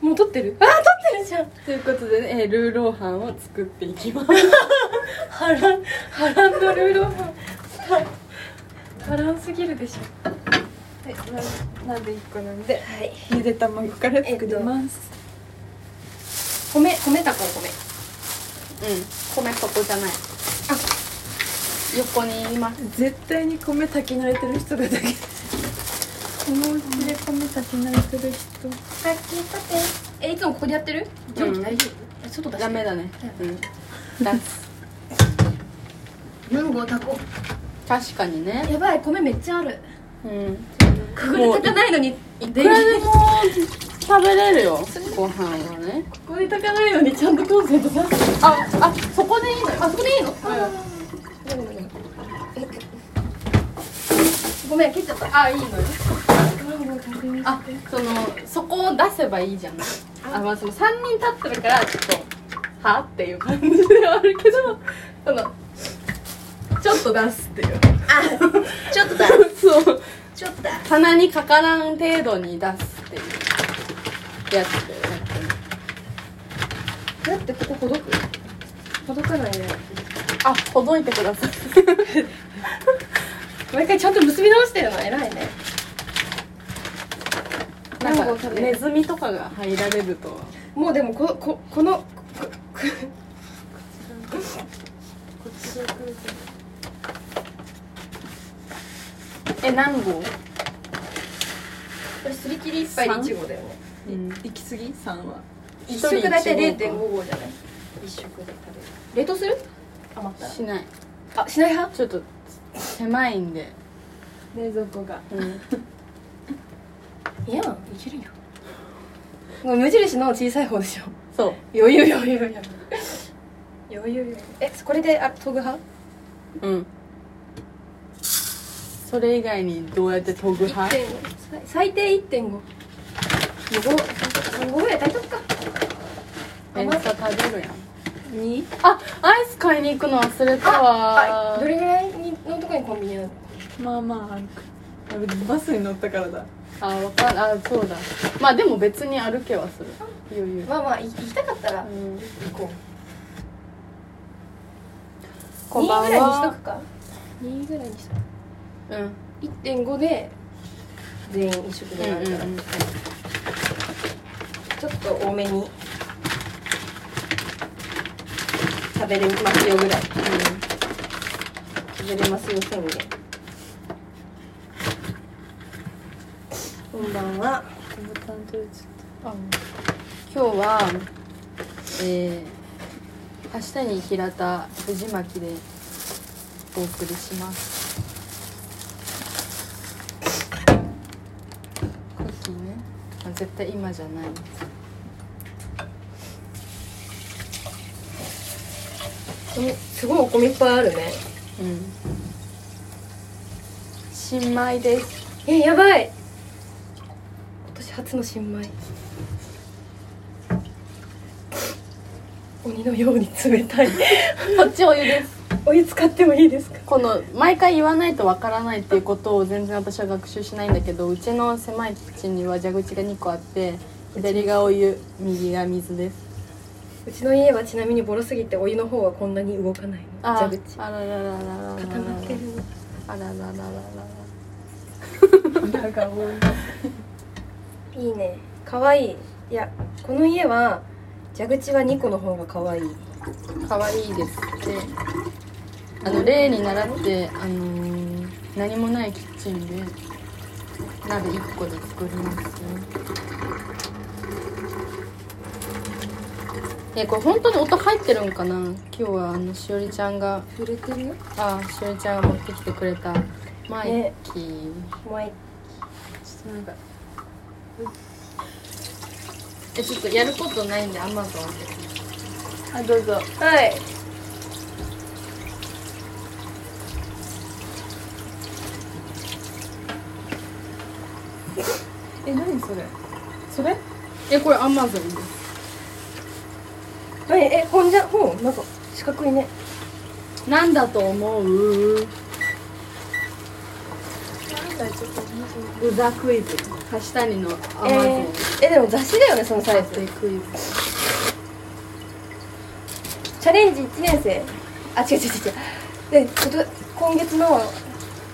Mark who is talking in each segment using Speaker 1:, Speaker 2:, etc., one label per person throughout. Speaker 1: もう撮ってるあー撮ってるじゃんということでね、えールーローハンを作っていきます波乱波乱のルーローハン波乱すぎるでしょはいななんで一個なんで
Speaker 2: はい
Speaker 1: ゆで卵から作ります、
Speaker 2: 米米だから米米ここじゃない
Speaker 1: あ
Speaker 2: 横にいます
Speaker 1: うん絶対に米炊き慣れてる人がだけこのうちで米炊き慣れてる人
Speaker 2: 炊きたてえいつもここでやってる蒸気大丈夫、え外出して
Speaker 3: ダメだねうん
Speaker 2: 4号炊こ
Speaker 3: 確かにね
Speaker 2: うやばい米めっちゃある
Speaker 3: うん
Speaker 2: ここで炊かないのにい
Speaker 3: いくらでも食べれるよご飯はね
Speaker 1: ここで炊かないのにちゃんとコンセントさ
Speaker 3: ああそこでいいのよ
Speaker 2: あそこでいいの、ごめん切っちゃった
Speaker 3: あいいのよあそのそこを出せばいいじゃんあまあその3人立ってるからちょっとはっていう感じではあるけどそのちょっと出すっていう
Speaker 2: ちょっとだ
Speaker 3: そう
Speaker 2: ちょっとだ
Speaker 3: 棚にかからん程度に出すっていうやつでやってる
Speaker 1: だってここほどくほどかないね
Speaker 3: あほどいてください
Speaker 1: 毎回ちゃんと結び直してるの偉いね
Speaker 3: なんかネズミとかが入られると
Speaker 1: もうでもこここのここ
Speaker 3: え何号
Speaker 2: これすり切り一杯で1合だよね
Speaker 3: うん
Speaker 1: 行き過ぎさんは
Speaker 2: 一食大体
Speaker 3: 一人一
Speaker 2: 0.5
Speaker 3: 合
Speaker 2: 合じゃない一食で食べる冷凍する余ったら
Speaker 3: しない
Speaker 2: あしない派
Speaker 3: ちょっと狭いんで、
Speaker 1: 冷蔵庫が
Speaker 3: うん、
Speaker 2: いやんいけるよ
Speaker 1: もう無印の小さい方でしょ
Speaker 3: そう
Speaker 1: 余裕余裕余裕余裕余裕えこれであ研ぐ派
Speaker 3: うんそれ以外にどうやって研ぐ派
Speaker 1: 1.5最低1.5もう
Speaker 2: 5ぐらい炊いとくか
Speaker 3: めっちゃ食べるやん
Speaker 1: 2
Speaker 3: あアイス買いに行くの忘れた
Speaker 2: あ
Speaker 3: わ
Speaker 2: どれぐらいにのとこにコンビニある
Speaker 1: まあまあ歩くバスに乗ったからだ
Speaker 3: あわかんあそうだまあでも別に歩けはする余裕
Speaker 2: まあまあい行きたかったら
Speaker 3: うん
Speaker 2: 行こう
Speaker 3: こんば
Speaker 2: 2ぐ
Speaker 3: ん
Speaker 2: らいにしと
Speaker 3: は
Speaker 2: くか
Speaker 1: 2ぐらいにした
Speaker 3: うんうん
Speaker 2: 1.5で全員一食である
Speaker 3: う
Speaker 2: か
Speaker 3: ん
Speaker 2: ら、
Speaker 3: うん
Speaker 2: ちょっと多めに食べれますよぐらい食べれますよ宣言こんばんは
Speaker 3: あ今日はえー、明日に平田藤巻でお送りしますコーヒーねあ絶対今じゃない
Speaker 2: 米すごいお米いっぱいあるね
Speaker 3: うん新米です
Speaker 2: えやばい今年初の新米鬼のように冷 たい
Speaker 3: こっちお湯です
Speaker 2: お湯使ってもいいですか
Speaker 3: この毎回言わないとわからないっていうことを全然私は学習しないんだけどうちの狭いキッチンには蛇口が2個あって左がお湯右が水です
Speaker 2: うちの家はちなみにボロすぎてお湯の方はこんなに動かないの
Speaker 3: あ
Speaker 2: 蛇口
Speaker 3: あららららららら
Speaker 2: 固まってる
Speaker 3: あらららららら
Speaker 1: だが多い
Speaker 2: いいね可愛いいやこの家は蛇口は2個の方が可愛い
Speaker 3: 可愛いですってあの例に習ってあのー何もないキッチンで鍋1個で作りますねえこれ本当に音入ってるんかな今日はあのしおりちゃんが
Speaker 2: 触れてるよ
Speaker 3: あしおりちゃんが持ってきてくれたマイキー、
Speaker 2: もう
Speaker 3: ちょっとなんかえちょっとやることないんでアマゾンあどうぞ
Speaker 2: はい
Speaker 1: え何それそれ
Speaker 3: えこれアマゾンです
Speaker 2: 何え本じゃ本なんか四角いね
Speaker 3: なんだと思う
Speaker 2: なんだサイトと面白い
Speaker 3: ウザクイズ橋谷のアマゾ
Speaker 2: え
Speaker 3: ン
Speaker 2: ーえでも雑誌だよねそのサイズ
Speaker 3: クイズ
Speaker 2: チャレンジ1年生あ違う違う違う違うでこと今月の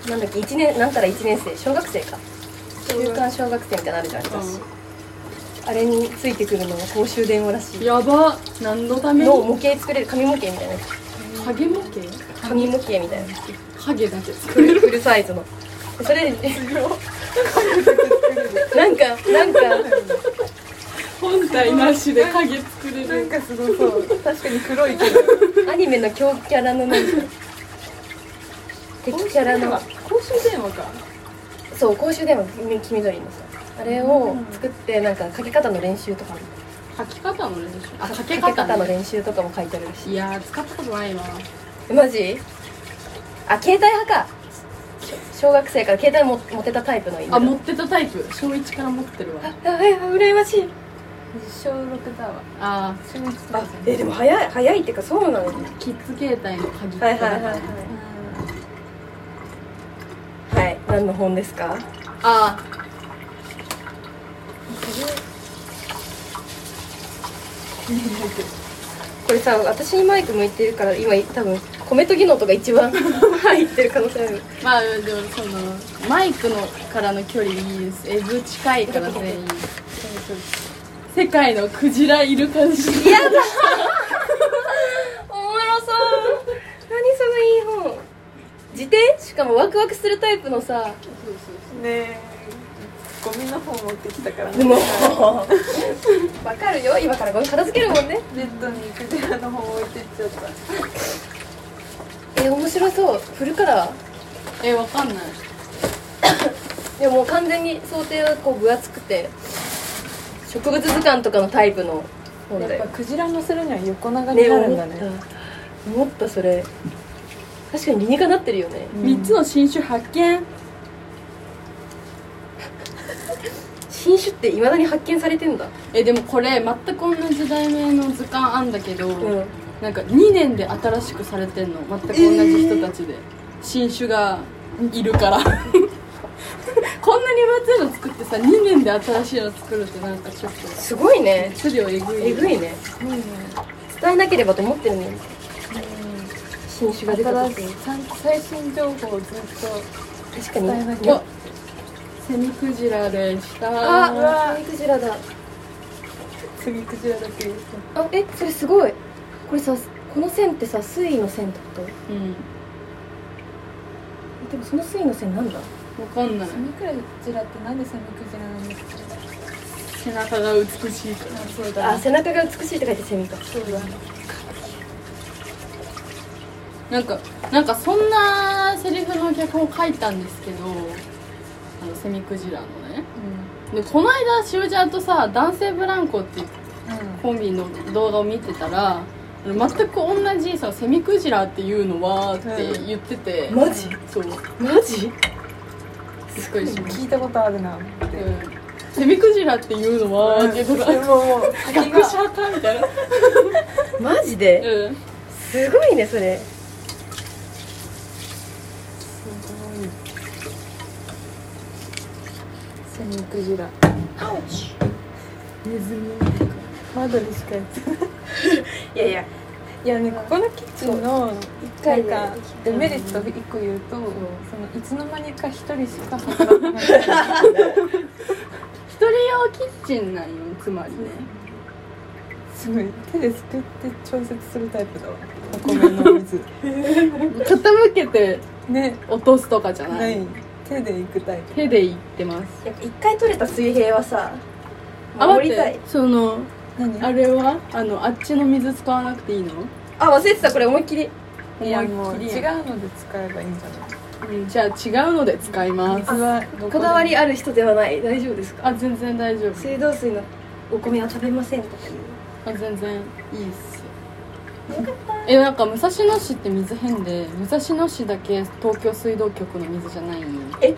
Speaker 2: なんだっけ1年なんたら1年生小学生か週刊小学生みたいなのあるじゃん雑誌、
Speaker 3: うん
Speaker 2: あれについてくるのが公衆電話らしい
Speaker 3: やば何のため
Speaker 2: の
Speaker 3: に
Speaker 2: 模型作れる紙模型みたいなやつ
Speaker 3: ハゲ模型
Speaker 2: 紙模型みたいな
Speaker 3: ハゲだけ作
Speaker 2: フ
Speaker 3: る
Speaker 2: ルフルサイズのそれなんかなんか
Speaker 3: 本体なしでハゲ作れる
Speaker 1: かすごそう
Speaker 2: 確かに黒いけどアニメの強キャラのなんか敵キャラの
Speaker 1: 公衆電話か
Speaker 2: そう公衆電話黄黄緑のさあれを作ってなんかかけ方の練習とかも
Speaker 3: 書き方の練習あ
Speaker 2: か
Speaker 3: 書
Speaker 2: け
Speaker 3: け
Speaker 2: 方
Speaker 3: 方
Speaker 2: の
Speaker 3: の練
Speaker 2: 練習とかも書いてあるらし
Speaker 3: 習いやー使ったことないわ
Speaker 2: いマジあ携帯派か小学生から携帯も持てたタイプの犬
Speaker 3: あ持ってたタイプ小1から持ってるわ
Speaker 2: あはい羨ましい
Speaker 1: 小6だわ
Speaker 3: あ
Speaker 1: 小1
Speaker 2: あえでも早い早いっていうかそうなの
Speaker 3: ーキッズ携帯の鍵っ子
Speaker 2: は
Speaker 3: だ
Speaker 2: い
Speaker 3: か
Speaker 2: は
Speaker 3: ら
Speaker 2: いはいはいはい何の本ですか
Speaker 3: あ
Speaker 2: これさ私にマイク向いてるから今多分米とぎの音が一番 入ってる可能性ある
Speaker 3: ーまあでもそのマイクのからの距離いいですえぐ近いから全員世界のクジラいる感じ
Speaker 2: おもろそう何そのいい本辞典しかもワクワクするタイプのさ
Speaker 1: ねえゴミの方持ってきたから
Speaker 2: も うわかるよ今からゴミ片付けるもんね
Speaker 1: ベッドにクジラの方置いてっちゃった
Speaker 2: え面白そう振るから
Speaker 3: えわかんない
Speaker 2: でももう完全に想定はこう分厚くて植物図鑑とかのタイプの本だ
Speaker 1: やっ
Speaker 2: よ
Speaker 1: ぱクジラ乗せるには横長に
Speaker 2: ね
Speaker 1: な
Speaker 2: 思
Speaker 1: るん
Speaker 2: っ
Speaker 1: だ
Speaker 2: た
Speaker 1: ね
Speaker 2: 思ったそれ確かに理にかなってるよね
Speaker 3: 3つの新種発見
Speaker 2: 新種っていまだに発見されてんだ
Speaker 3: えでもこれ全く同じ題名の図鑑あんだけど、
Speaker 2: うん
Speaker 3: なんか2年で新しくされてんの全く同じ人たちで、新種がいるから こんなに分厚いの作ってさ2年で新しいの作るってなんかちょっと
Speaker 2: すごいね
Speaker 3: 質量えぐい
Speaker 2: えぐ
Speaker 3: い
Speaker 2: いね伝えなければと思ってるのに新種が出た
Speaker 1: 新
Speaker 2: 時
Speaker 1: しい最新情報をずっと
Speaker 2: 確かに
Speaker 1: 伝えなきゃ
Speaker 3: あセミクジラでした
Speaker 2: あうわセミクジラだ
Speaker 1: 次クジラだけ言って
Speaker 2: あえそれすごいこれさこの線ってさ水位の線ってこと
Speaker 3: うん
Speaker 2: えでもその水位の線なんだ
Speaker 3: わかんない
Speaker 1: セミクジラってなんでセミクジラなんですか
Speaker 3: 背中が美しいか
Speaker 1: あそうだ
Speaker 2: あ背中が美しいって書いてセミか
Speaker 1: そうだ
Speaker 3: らなんかなんかそんなセリフの脚本書いたんですけどあのセミクジラのね
Speaker 1: う
Speaker 3: でこの間しおちゃんとさ男性ブランコって
Speaker 1: んうん
Speaker 3: コンビの動画を見てたら全く同じさセミクジラっていうのはって言ってて、
Speaker 2: マジ
Speaker 3: そうびっ
Speaker 2: マジ
Speaker 3: くりしまし、
Speaker 1: 聞いたことあるなったて
Speaker 3: うんセミクジラっていうのはって言ってた
Speaker 1: でももう先
Speaker 3: 学
Speaker 1: が
Speaker 3: 者かみたいな、
Speaker 2: マジで
Speaker 3: うん、
Speaker 2: すごいねそれ
Speaker 1: セミクジラ
Speaker 3: ネズミ
Speaker 1: 窓にしかやってない
Speaker 2: いやいや
Speaker 1: いやねここのキッチンの一回かデメリット一個言うとそのいつの間にか一人しか働かない
Speaker 3: 一人用キッチンなんよつまりね
Speaker 1: すごい手ですくって調節するタイプだわお米の 水
Speaker 3: 傾けて
Speaker 1: ね
Speaker 3: 落とすとかじゃな
Speaker 1: ないい手で行くタイプ
Speaker 3: 手でいってます
Speaker 2: やっぱ一回取れた水平はさ
Speaker 3: あ
Speaker 2: 守
Speaker 3: 待
Speaker 2: り
Speaker 3: ったて
Speaker 2: い
Speaker 3: その
Speaker 1: 何
Speaker 3: あれはあのあっちの水使わなくていいの
Speaker 2: あ忘れてたこれ思いっきり
Speaker 1: いやもう
Speaker 3: 思いっき
Speaker 1: 違
Speaker 3: り
Speaker 1: うので使えばいいんじゃない
Speaker 3: うんじゃあ違うので使います
Speaker 1: 水はどこ
Speaker 2: こだわりある人ではない大丈夫ですか
Speaker 3: あ全然大丈夫
Speaker 2: 水道水のお米は食べませんとかいう
Speaker 3: あ全然いいっすえなんか武蔵野市って水変で武蔵野市だけ東京水道局の水じゃないんよ
Speaker 2: え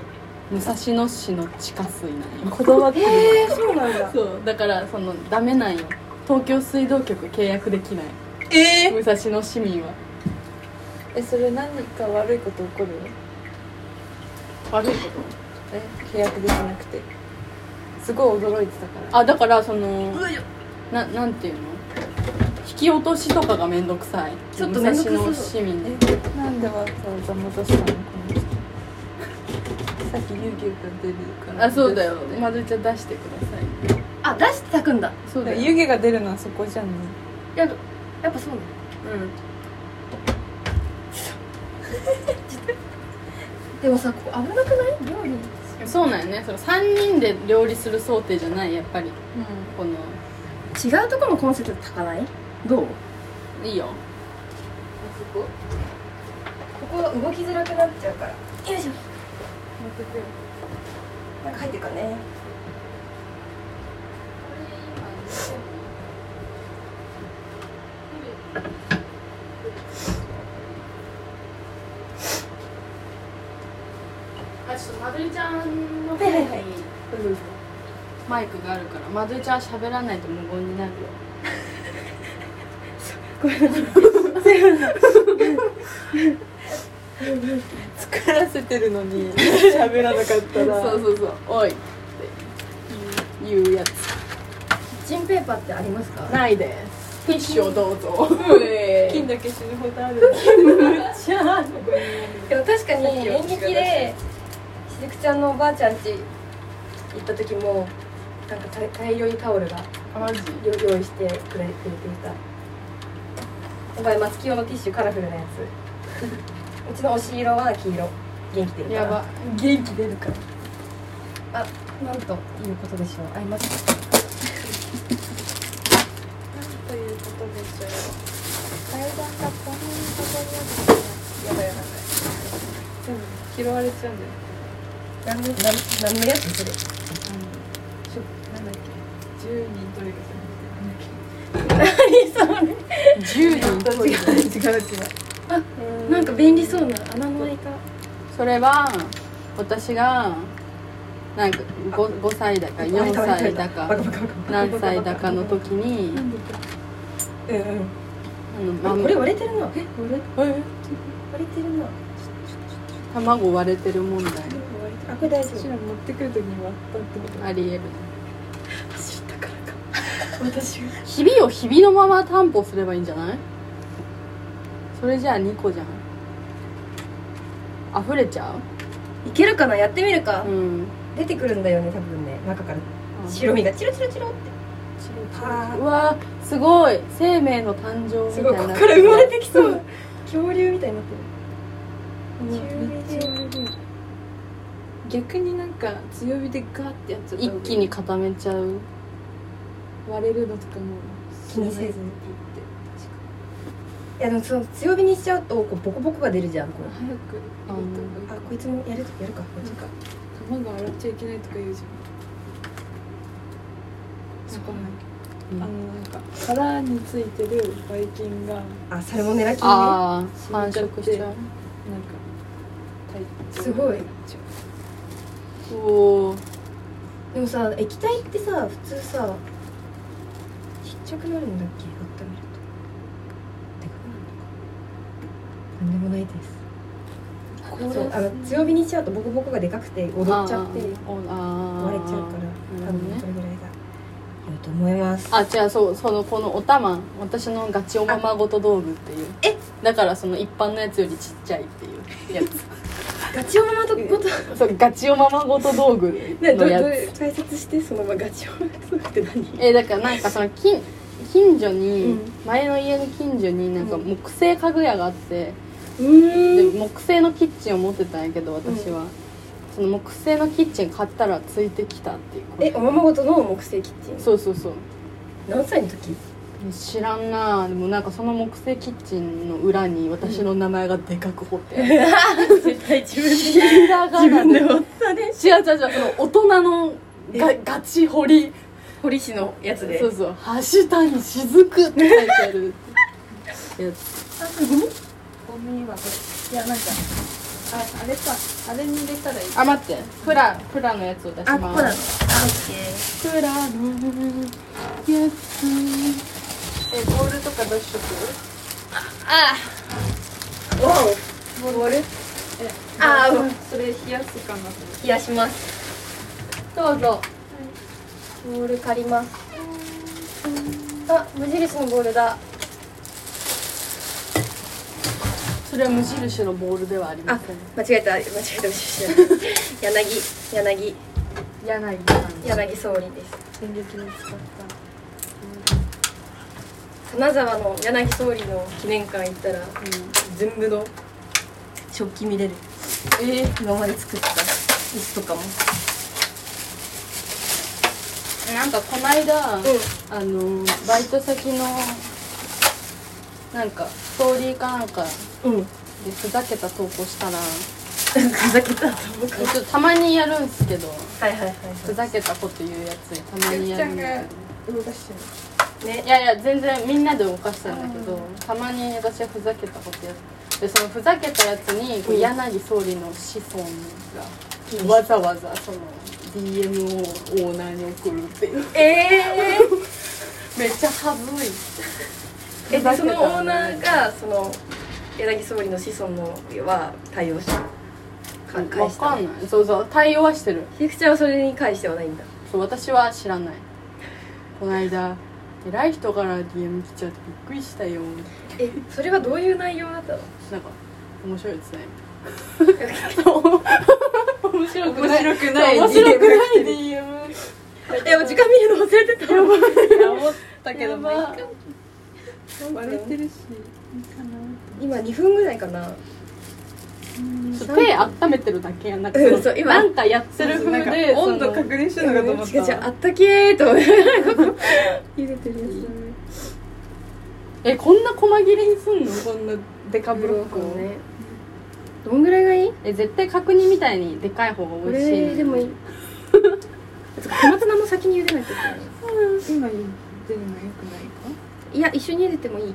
Speaker 3: 武蔵野市の地下水なんよ
Speaker 1: こだわって
Speaker 2: へえそうなんだ
Speaker 3: そうだからそのダメなんよ東京水道局契約できない
Speaker 2: ええ
Speaker 3: 武蔵野市民は
Speaker 1: えそれ何か悪いこと起こる
Speaker 3: 悪いこ
Speaker 1: ね契約できなくてすごい驚いてたから
Speaker 3: あだからそのななんていうの引き落としとかがめんどくさい
Speaker 2: ちょっとめんどくさそう
Speaker 3: 武蔵野市民で
Speaker 1: えなんでわざわざ戻したのこの人さっきゆうきゅうくん出るから
Speaker 3: あそうだよ
Speaker 1: ね
Speaker 3: まずちゃん出してください
Speaker 2: あ出して炊くんだ
Speaker 3: そうだよ
Speaker 1: 湯気が出るのはそこじゃんね
Speaker 2: やるやっぱそうなの
Speaker 3: う
Speaker 2: でもさここ危なくない料理
Speaker 3: んそうなんよねその3人で料理する想定じゃないやっぱり
Speaker 1: う
Speaker 3: この
Speaker 2: 違うところのコンセプト炊かないどう
Speaker 3: いいよ
Speaker 2: こここ動きづらくなっちゃうからよいしょなんか入ってるかね
Speaker 3: あちょっとまずいちゃんの
Speaker 2: はいはいはい
Speaker 3: マイクがあるからまずいちゃん喋らないと無言になるよ
Speaker 1: 作らせてるのに喋らなかったら
Speaker 3: そうそうそうおいって言う言うやつ
Speaker 2: キッチンペーパーってありますか
Speaker 1: ないです
Speaker 3: ティッシュをどうぞ
Speaker 1: 金だけ死ぬほどあるめっちゃある
Speaker 2: でも確かに演劇でしずくちゃんのおばあちゃん家行った時もなんか大大量にタオルが
Speaker 3: あマジ
Speaker 2: 用用意してくれくれていたお前松木用のティッシュカラフルなや つうちの押し色は黄色元気出るから
Speaker 3: やば
Speaker 1: 元気出るから
Speaker 2: あなんということでしょうあいます
Speaker 1: ということでしょう階段がこんなに
Speaker 2: やばいやばい
Speaker 1: 全部拾われちゃうんだよ
Speaker 2: 何の何何のやつそれ
Speaker 1: しょなんだっけ10人トイレさんみ
Speaker 3: 10人
Speaker 1: たいな違う違う違う
Speaker 2: なんか便利そうな穴の開いた
Speaker 3: それは私がなんか 5, 5歳だか4歳だ
Speaker 2: バ
Speaker 3: か
Speaker 2: カバカバカバカ
Speaker 3: 何歳だかの時に
Speaker 1: うんうん
Speaker 3: あの
Speaker 2: あ
Speaker 3: ま
Speaker 2: これ割れてるな
Speaker 1: えこれ
Speaker 3: え
Speaker 2: 割れてるな
Speaker 3: 卵割れてる問題
Speaker 2: あこれ大丈
Speaker 1: 私ら持ってくる時に割ったってこと
Speaker 3: ありえる
Speaker 2: 知ったからか私が
Speaker 3: ひびをひびのまま担保すればいいんじゃないそれじゃあ2個じゃん溢れちゃ
Speaker 2: いけるかなやってみるか
Speaker 3: ううん
Speaker 2: 出てくるんだよね多分ね中から白身がチロチロチロってあ
Speaker 3: うわーすごい生命の誕生みた
Speaker 2: す
Speaker 3: い
Speaker 2: ごい
Speaker 3: な
Speaker 2: ここから生まれてきそう恐竜みたいになって
Speaker 1: うわめっ
Speaker 2: る
Speaker 1: ちゃ逆になんか強火でガーってやっちゃった
Speaker 3: 一
Speaker 1: 方が
Speaker 3: 気に固めちゃう
Speaker 1: 割れるのとかも
Speaker 2: 気にせず
Speaker 1: に
Speaker 2: いやでもその強火にしちゃうとこうボコボコが出るじゃんこれ
Speaker 1: 早く入れた方が
Speaker 2: あ
Speaker 1: いい
Speaker 2: こいつもやるやるか
Speaker 1: なんか卵洗っちゃいけないとか言うじゃんそこない
Speaker 3: うん
Speaker 1: あのなんか殻についてるばい菌がなんか
Speaker 2: あサルモネラ菌ね
Speaker 3: ああ繁殖しちゃう
Speaker 1: 体調
Speaker 2: すごい
Speaker 3: おー
Speaker 2: でもさ液体ってさ普通さちっちゃくなるんだっけ温めるとでかくなるのかなんでもないです
Speaker 1: こ
Speaker 2: そう
Speaker 1: れ
Speaker 2: あの強火にしちゃうとボコボコがでかくて踊っちゃって割れち
Speaker 3: あーあー
Speaker 2: ゃうから多分
Speaker 3: ね
Speaker 2: それぐらいが良いと思います
Speaker 3: あ違うそうそのこのおたま私のガチおままごと道具っていう
Speaker 2: え
Speaker 3: だからその一般のやつよりちっちゃいっていうや つ
Speaker 2: ガチおままとごと
Speaker 3: そうガチおままごと道具
Speaker 2: ねど
Speaker 3: の
Speaker 2: うど
Speaker 3: や
Speaker 2: う
Speaker 3: つ、
Speaker 2: いう解説してそのままガチおままとって何
Speaker 3: えーだからなんかその近近所に、
Speaker 2: うん
Speaker 3: 前の家の近所になんか
Speaker 2: うん
Speaker 3: 木製家具屋があって、
Speaker 2: う
Speaker 3: で木製のキッチンを持ってたんやけど私は、その木製のキッチン買ったらついてきたっていうこと
Speaker 2: えおままごとの木製キッチン
Speaker 3: そうそうそう
Speaker 2: 何歳の 時
Speaker 3: 知らんなでもなんかその木製キッチンの裏に私の名前がでかく彫ってある
Speaker 2: 絶対自分
Speaker 3: ひらがなで違う違う
Speaker 2: 折ったね
Speaker 3: 違うその大人のがガチ掘り
Speaker 2: 堀市のやつで
Speaker 3: そうそう「ハッシュタグしずく」って書いてあるやつ
Speaker 1: ゴミ箱いやなんかああれかあれに入れたらいい
Speaker 3: あ待ってプラプラのやつを出し
Speaker 2: あ
Speaker 3: ま
Speaker 2: こうな
Speaker 3: す
Speaker 2: のあオッケー
Speaker 3: プラのやつ
Speaker 1: えボールとかどうしとく
Speaker 3: あ
Speaker 2: わおボールあー
Speaker 1: そううんそれ冷やすかなと思って
Speaker 2: 冷やします
Speaker 1: どうぞ
Speaker 2: ボール借りますあ無印のボールだ
Speaker 3: それは無印のボールではありま
Speaker 2: あ
Speaker 3: せん
Speaker 2: 間違えた間違えた無印 柳柳
Speaker 1: 柳さん
Speaker 2: 柳総理です
Speaker 3: 先月に使った
Speaker 2: 金沢の柳総理の記念館行ったら、全部の食器見れる
Speaker 3: えー、
Speaker 2: 今まで作った椅子とかも
Speaker 3: なんかこの間、
Speaker 2: う
Speaker 3: あのバイト先のなんかストーリーかなんか
Speaker 2: んうん
Speaker 3: でふざけた投稿したら
Speaker 2: ふざけたは
Speaker 3: えちょっとたまにやるんすけど
Speaker 2: いはいはい
Speaker 3: ふざけたこと言うやつたまにやるんですけど
Speaker 1: 動かしてる
Speaker 2: ね
Speaker 3: いやいや全然みんなで動かしたんだけど、たまに私はふざけたことやってでそのふざけたやつにこう柳総理の子孫がわざわざその DM をオーナーに送るっていう
Speaker 2: ええ
Speaker 3: めっちゃ恥ずい
Speaker 2: えでそのオーナーがその柳総理の子孫のは対応したか返
Speaker 3: わ
Speaker 2: し
Speaker 3: か
Speaker 2: た
Speaker 3: んないそうそう対応はしてる
Speaker 2: ひふちゃんはそれに返してはないんだ
Speaker 3: そう私は知らない この間偉い人から DM 来ちゃってびっくりしたよ
Speaker 2: えそれはどういう内容だったの
Speaker 3: なんか面白いですね面白くない
Speaker 1: 面白くない
Speaker 3: 面白くない DM
Speaker 2: えお時間見るの忘れてたやば
Speaker 3: 思ったけど
Speaker 1: まあいいか
Speaker 2: 割れて
Speaker 1: るしいいかな
Speaker 2: 今2分ぐらいかな
Speaker 3: 手温めてるだけやんなんか
Speaker 2: うん
Speaker 3: そ
Speaker 2: そ
Speaker 3: の
Speaker 2: う今
Speaker 3: なんかやってる風で
Speaker 1: 温度
Speaker 3: その
Speaker 1: 確認してるのかと思っ
Speaker 2: 違う違う
Speaker 1: た
Speaker 2: あったけーと思って
Speaker 1: 入れてるや
Speaker 3: えこんな細切れにすんのこんなデカブロックを、
Speaker 2: ねどんぐらいがいい
Speaker 3: え絶対角煮みたいにでかい方
Speaker 2: こ
Speaker 3: が美味しいの
Speaker 2: れ
Speaker 3: に
Speaker 2: でもいいつうか小松菜も先に茹でないといけない
Speaker 1: つ今入れてるのよくないか
Speaker 2: いや一緒に茹でてもいい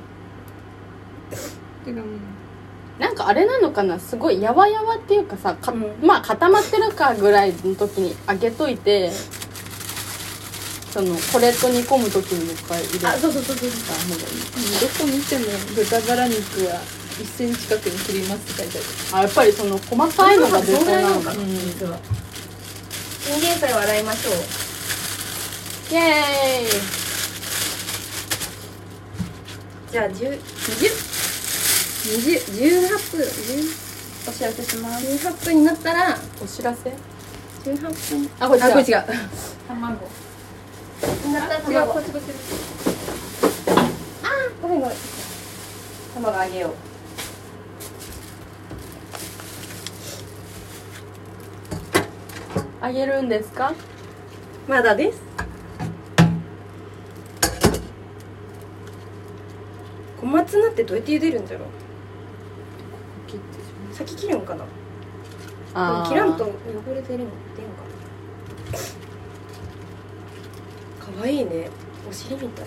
Speaker 1: てかもう
Speaker 3: なんかあれなのかなすごいやわやわっていうかさか、
Speaker 2: うん
Speaker 3: まあ固まってるかぐらいの時に揚げといてそのこれと煮込む時にもう一回入れた方
Speaker 2: そうそうそうそう
Speaker 3: がいい
Speaker 1: どこ見ても豚バラ肉は1センチ角に切りますって書いてあ
Speaker 3: あ
Speaker 1: る
Speaker 3: やっぱりその細かいのが絶対なのかな
Speaker 2: う
Speaker 3: イ
Speaker 2: ん実はインゲン菜を洗いましょう
Speaker 3: エ
Speaker 2: じゃあ10 20 20 18分10
Speaker 3: ーイお知らせします
Speaker 2: 18分になったら
Speaker 3: お知らせ
Speaker 2: 18分
Speaker 3: あこれ
Speaker 2: あこれ
Speaker 3: 違う
Speaker 2: 違う
Speaker 1: 卵
Speaker 2: 違うこっちこっちあごめんごめん卵あげよう
Speaker 3: あげるんですか
Speaker 2: まだです小松菜ってどうやって茹でるんだろう
Speaker 3: 切ってし
Speaker 2: 先切るんかな
Speaker 3: まう
Speaker 2: 切らんと汚れてるの出んかな可愛いねお尻みたい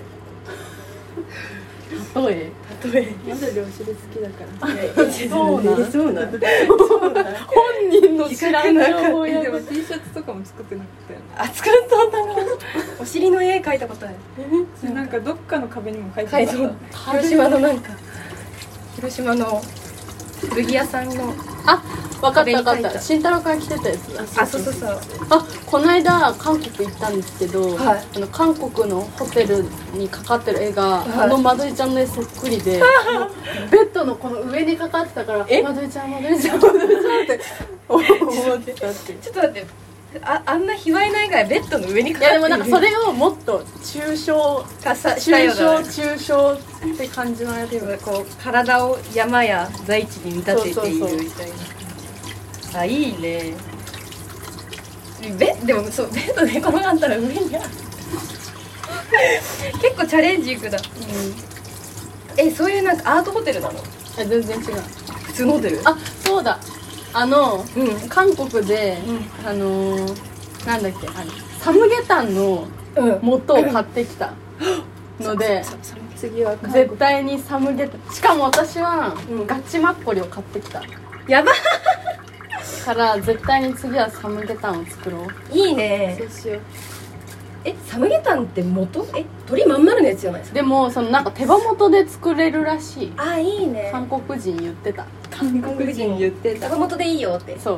Speaker 3: 例え
Speaker 2: 例え
Speaker 3: まだ両尻好きだから
Speaker 2: そうなそうな
Speaker 3: 本人の知らん情報や
Speaker 1: でも
Speaker 3: ば
Speaker 1: T シャツとかも作ってなくて
Speaker 2: あ作ったんだお尻の絵描いたことある
Speaker 1: なんかどっかの壁にも書いて
Speaker 2: 描い
Speaker 1: た
Speaker 2: た広島のなんか広島の古着屋さんの
Speaker 3: あ分かった分か
Speaker 2: 壁に書
Speaker 3: っ
Speaker 2: いた
Speaker 3: た慎太郎から来てたやつだ
Speaker 2: あそうそうそう
Speaker 3: あこの間韓国行ったんですけど、
Speaker 2: はい
Speaker 3: あの韓国のホテルにかかってる絵が、
Speaker 2: はい
Speaker 3: あのまどいちゃんの絵そっくりで ベッドのこの上にかかってたから
Speaker 2: え
Speaker 3: まどいちゃんまどいちゃんまどいちゃんって思ってたっていう
Speaker 2: ちょっと待ってああんな卑猥な絵がベッドの上にか
Speaker 3: い
Speaker 2: かってる
Speaker 3: やでもなんかそれをもっと抽象
Speaker 2: かさしたよ
Speaker 3: 抽
Speaker 2: うな
Speaker 3: 象抽象って感じのやつ
Speaker 2: でもこう体を山や大地に見立ててい
Speaker 3: そうそうそ
Speaker 2: る
Speaker 3: う
Speaker 2: みたいなあいいねベでもそうベッドで転がったら上にある結構チャレンジングだえそういうなんかアートホテルなの
Speaker 3: あ全然違う
Speaker 2: 普通のホテル
Speaker 3: あそうだあの
Speaker 2: うん
Speaker 3: 韓国で、
Speaker 2: う
Speaker 3: あのーなんだっけあれサムゲタンの
Speaker 2: うん
Speaker 3: 元を買って きたので
Speaker 2: そそれも
Speaker 1: 次は韓
Speaker 3: 絶対にサムゲタンしかも私は
Speaker 2: うん
Speaker 3: ガチマッコリを買ってきた
Speaker 2: やば
Speaker 3: から絶対に次はサムゲタンを作ろう
Speaker 2: いいね
Speaker 3: うしよう
Speaker 2: えサムゲタンって元え鳥まん丸のやつじゃないですか
Speaker 3: でもそのなんか手羽元で作れるらしい
Speaker 2: あいいね
Speaker 3: 韓国人言ってた
Speaker 2: 韓
Speaker 1: 国人言ってた
Speaker 2: 手羽元でいいよって
Speaker 3: そう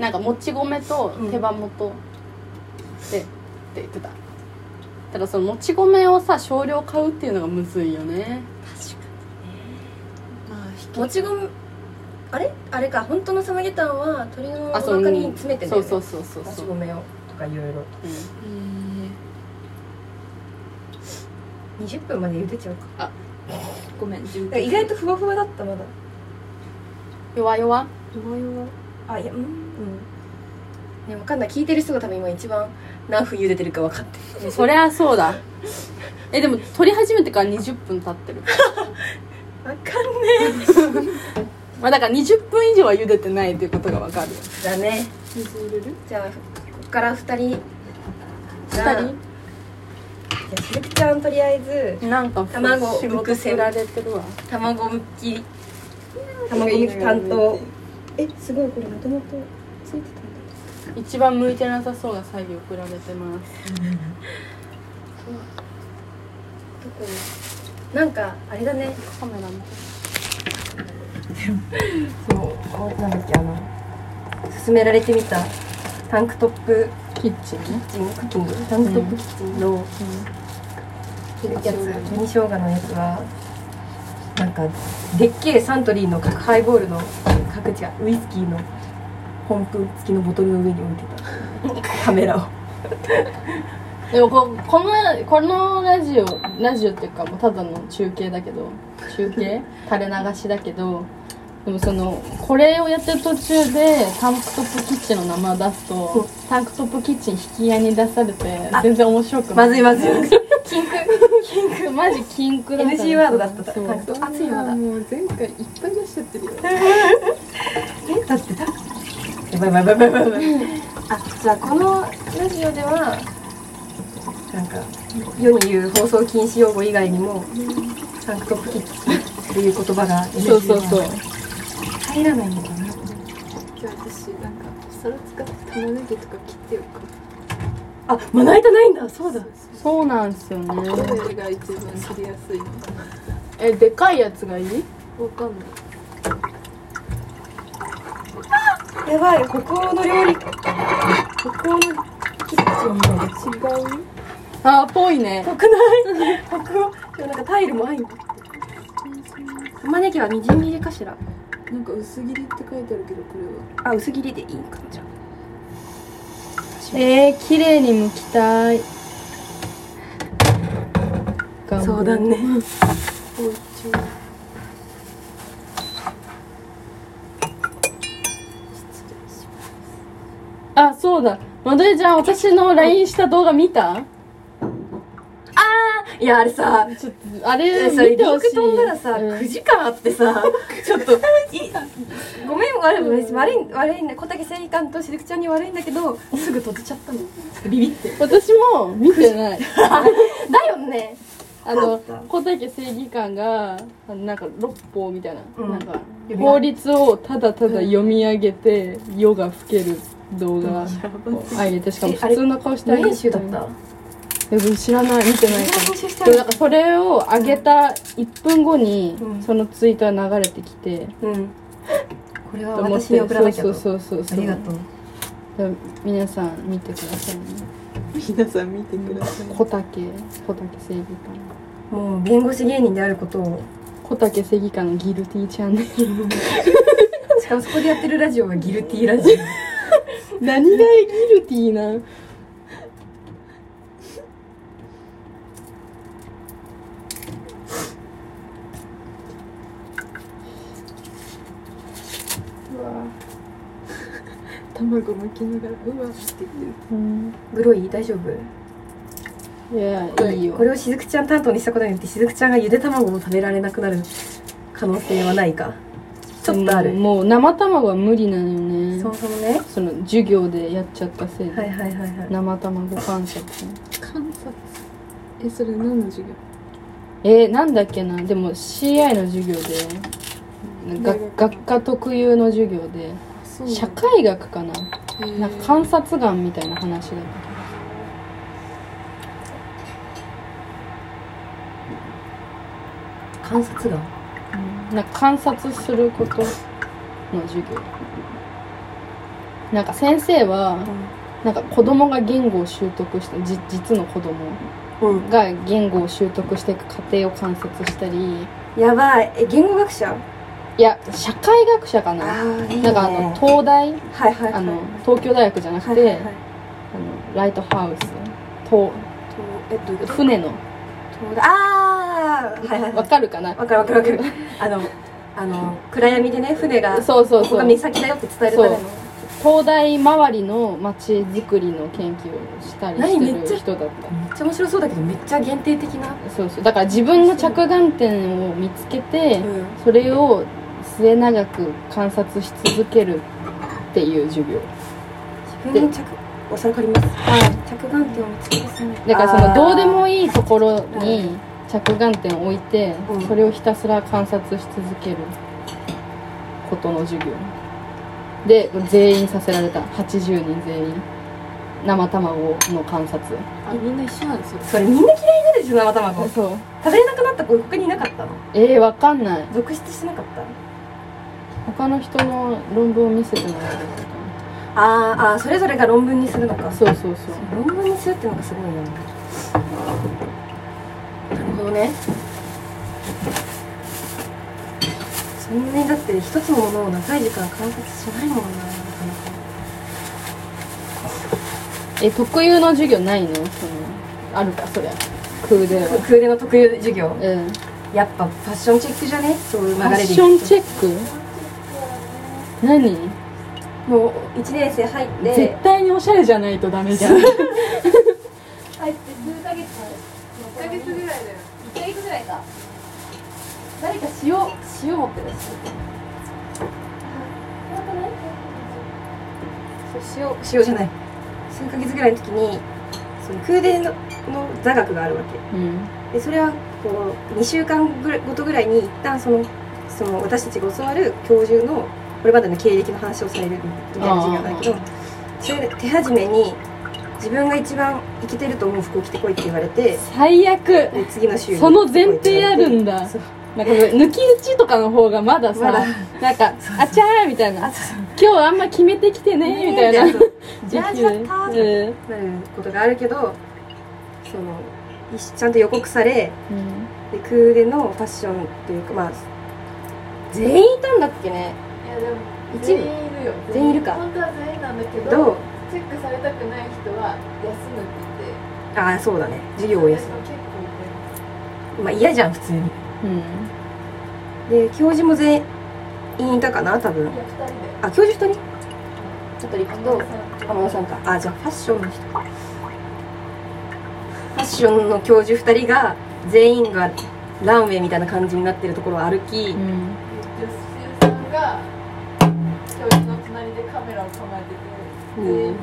Speaker 3: なんかもち米と
Speaker 2: うん
Speaker 3: 手羽元で、って言ってたただそのもち米をさ少量買うっていうのがむずいよねまあ
Speaker 2: もち米あれあれか本当のサムゲタンは鳥のお
Speaker 3: あそう
Speaker 2: 腹に詰めてんだよ
Speaker 3: そう
Speaker 2: ね
Speaker 3: そうそうそうそう、
Speaker 2: もち米をとかいろいろ
Speaker 3: うん
Speaker 2: 20分まで茹でちゃうか
Speaker 1: ごめん自
Speaker 2: 意外とふわふわだったまだ
Speaker 3: 弱々
Speaker 2: 弱々あいやうんうんねわかんない聞いてる人が多分今一番何分茹でてるか分かってる
Speaker 3: そりゃそうだえでも撮り始めてから20分経ってる
Speaker 2: 分かんね
Speaker 3: まあだから20分以上は茹でてないっていうことがわかるよ
Speaker 2: えだね
Speaker 3: 水入れる
Speaker 2: じゃあここっから2人
Speaker 3: 2人
Speaker 2: じゃあ鈴木ちゃんとりあえず
Speaker 3: なんか
Speaker 2: 卵
Speaker 3: 仕
Speaker 2: む
Speaker 3: 事
Speaker 2: く
Speaker 3: 振られてるわ
Speaker 2: 卵むき卵むき担当えすごいこれもともとついてたんだ
Speaker 3: 一番向いてなさそうな作業振られてます
Speaker 2: どこになんかあれだね
Speaker 3: カメラも
Speaker 2: そうなんだっけあの勧められてみたタンクトップ
Speaker 3: キッチンね
Speaker 2: キッチンクッキングタンクトップキッチンのやつ紅生姜のやつはなんかでっけえサントリーの角ハイボールの角違うウイスキーの本粉付きのボトルの上に置いてたカメラを
Speaker 3: でもここのこのラジオラジオっていうかもうただの中継だけど中 継垂れ流しだけどでもそのこれをやってる途中でタンクトップキッチンの名前を出すとタンクトップキッチン引き合いに出されて全然面白くな
Speaker 2: ま
Speaker 3: い
Speaker 2: ずいまずいまずい
Speaker 3: いマジ禁句だった
Speaker 2: NG ワードだった
Speaker 3: そう
Speaker 2: タンクトップ熱いまだ
Speaker 1: もう前回いっぱい出しちゃってるよ
Speaker 2: えだってだやばいやばいやばいやばいやばい あじゃあこのラジオではなんか世に言う放送禁止用語以外にもタンクトップキッチンっていう言葉が
Speaker 3: そうそうそう
Speaker 2: 入らないのかな
Speaker 1: 今日私なんか皿使って玉ねぎとか切ってるか
Speaker 2: あまな板ないんだそうだ
Speaker 3: そうなんですよね
Speaker 1: らどれが一番切りやすいのかな
Speaker 3: えでかいやつがいい
Speaker 1: わかんない
Speaker 2: やばい、ここの料理。ここのキッチンみたいな。
Speaker 1: 違う
Speaker 3: あーぽい ね
Speaker 2: ぽくない。北欧。でもなんかタイルも入る。玉ねぎはみじん切りかしら。
Speaker 1: なんか薄切りって書いてあるけどこれは
Speaker 2: あ、薄切りでいいんかなじゃ
Speaker 3: えー、綺麗に剥きたい
Speaker 2: あ。そうだね。
Speaker 1: 包丁
Speaker 3: あそうだまどえちゃん私の LINE した動画見た
Speaker 2: いや、あれさ。
Speaker 3: ちょっとあれ
Speaker 2: それリ
Speaker 3: 見て
Speaker 2: ン
Speaker 3: ほし
Speaker 2: ク
Speaker 3: い
Speaker 2: 飛んだらさ、
Speaker 3: うん
Speaker 2: 9時間あってさ ちょっといごめん悪い悪い悪いね小竹正義感としずくちゃんに悪いんだけどすぐ閉じちゃったのビビって
Speaker 3: 私も見てない
Speaker 2: だよね
Speaker 3: あの小竹正義感があのなんか六法みたいな,、
Speaker 2: うん
Speaker 3: なんか法律をただただ読み上げて、夜が更ける動画をあげてしかも
Speaker 2: えあれ
Speaker 3: 普通の顔してあげて
Speaker 2: 何週だった
Speaker 3: でも知らない見てないから
Speaker 2: 何週した
Speaker 3: でもなんかそれを上げた1分後に
Speaker 2: うん
Speaker 3: そのツイートが流れてきて、
Speaker 2: うんこれは
Speaker 3: と思って
Speaker 2: 私に送らなきゃ
Speaker 3: そ
Speaker 2: と
Speaker 3: うそうそうそう
Speaker 2: ありがとう
Speaker 3: だから皆さん見てくださいね
Speaker 1: 皆さん見てください
Speaker 3: 小竹小竹正義感
Speaker 2: もう弁護士芸人であることを
Speaker 3: 小竹正義感のギルティチャンネル
Speaker 2: しかもそこでやってるラジオはギルティラジオ
Speaker 3: 何がギルティなん
Speaker 1: 卵巻きながらうわって言ってる
Speaker 3: うん
Speaker 2: グロい大丈夫
Speaker 3: いやいいよ
Speaker 2: これをしずくちゃん担当にしたことによってしずくちゃんがゆで卵を食べられなくなる可能性はないかちょっとあ
Speaker 3: うん
Speaker 2: る
Speaker 3: もう生卵は無理なのよね
Speaker 2: そもそもね
Speaker 3: その授業でやっちゃったせいで、
Speaker 2: はいはいはいはい
Speaker 3: 生卵観察
Speaker 1: 観察えそれ何の授業
Speaker 3: えー、なんだっけなでも CI の授業でが学科特有の授業で
Speaker 1: そう
Speaker 3: 社会学かな
Speaker 1: えー
Speaker 3: なんか観察眼みたいな話だっ
Speaker 2: 観察眼
Speaker 3: なんか観察することの授業なんか先生は、なんか子供が言語を習得したじ実の子供
Speaker 2: うん
Speaker 3: が言語を習得していく過程を観察したり
Speaker 2: やばいえ言語学者
Speaker 3: いや社会学者かな
Speaker 2: あいいね
Speaker 3: なんかあの東大
Speaker 2: はいはいはい
Speaker 3: あの東京大学じゃなく
Speaker 2: はい
Speaker 3: て、
Speaker 2: はいはい
Speaker 3: あのライトハウスと
Speaker 2: とえどういうこと
Speaker 3: 船の
Speaker 2: とああはいはいは
Speaker 3: わ
Speaker 2: い
Speaker 3: かるかな
Speaker 2: わかるわかるわかるあのあの暗闇でね船が
Speaker 3: そうそう
Speaker 2: ここ
Speaker 3: そ
Speaker 2: が
Speaker 3: う
Speaker 2: 岬だよって伝えるための
Speaker 3: そう東大周りの街づくりの研究をしたり
Speaker 2: 何
Speaker 3: し
Speaker 2: めってちゃ
Speaker 3: る人だった
Speaker 2: めっちゃ面白そうだけどめっちゃ限定的な
Speaker 3: そうそうだから自分の着眼点を見つけて
Speaker 2: ん
Speaker 3: それを末永く観察し続けるっていう授業
Speaker 2: 自分の着お皿借りますはい着眼点を見つけますね
Speaker 3: だからそ
Speaker 2: あー
Speaker 3: のどうでもいいところ
Speaker 2: う
Speaker 3: に着眼点を置いて
Speaker 2: うん
Speaker 3: それをひたすら観察し続けることの授業で全員させられた80人全員生卵の観察
Speaker 1: あみんな一緒なんですよ
Speaker 2: それみんな嫌いになるでしょ生卵
Speaker 3: そう
Speaker 2: 食べれなくなった子他にいなかったの
Speaker 3: えー、わかんない
Speaker 2: 続出してなかった
Speaker 3: 他の人の論文を見せてもらえる
Speaker 2: あーあーそれぞれが論文にするのか
Speaker 3: そうそうそう
Speaker 2: 論文にするってのがすごいななるほどねそんなにだって一つのものを長い時間観察しないもんななか
Speaker 3: え特有の授業ないのそのあるかそりゃ空で
Speaker 2: なか空手の特有授業
Speaker 3: うん
Speaker 2: やっぱファッションチェックじゃねそういう流
Speaker 3: ファ
Speaker 2: れ
Speaker 3: ッ
Speaker 2: で
Speaker 3: ションチェック何
Speaker 2: クもう1年生入って
Speaker 3: 絶対におしゃれじゃないとダメじゃん
Speaker 4: 入って数ヶ月1ヶ月ぐらいだよ1ヶ月ぐらいか誰か塩塩持ってるし
Speaker 2: そう塩塩じゃない数ヶ月ぐらいの時にその空手のの座学があるわけ
Speaker 3: うん
Speaker 2: でそれはこう2週間ぐらいごとぐらいに一旦そのその私たちが教わる教授のこれまでの経歴の話をされるみたいな授業なんだけどそれで手始めに自分が一番イケてると思う服を着てこいって言われて
Speaker 3: 最悪
Speaker 2: で次の週に
Speaker 3: その前提あるんだ
Speaker 2: そう
Speaker 3: なんか抜き打ちとかの方がまださ
Speaker 2: まだ
Speaker 3: なんか「あちゃー」みたいな
Speaker 2: あそう
Speaker 3: 「今日あんま決めてきてね」みたいな
Speaker 2: そうジ
Speaker 3: 時
Speaker 2: ャー
Speaker 3: 期
Speaker 2: ジだったーって
Speaker 3: で
Speaker 2: なることがあるけどそのいちゃんと予告され
Speaker 3: うん
Speaker 2: でクーデのファッションっていうかまあ全員いたんだっけね
Speaker 4: いやでも
Speaker 2: 一
Speaker 4: 全
Speaker 2: 部
Speaker 4: 員いるよ
Speaker 2: 全員いるか
Speaker 4: 本当は全員なんだけど
Speaker 2: どう
Speaker 4: チェックされたくない人は休むって言って
Speaker 2: ああそうだね授業を休
Speaker 4: 結構いて
Speaker 2: むまあ嫌じゃん普通に
Speaker 3: うん
Speaker 2: で教授も全員いたかな多分
Speaker 4: いや2人で
Speaker 2: あ教授2人ちょっと陸と
Speaker 4: さ
Speaker 2: 天野さんかあじゃあファッションの人ファッションの教授2人が全員がランウェイみたいな感じになってるところを歩き、
Speaker 3: うん
Speaker 4: 吉井さんが教授の隣でカメラを構えてて全員の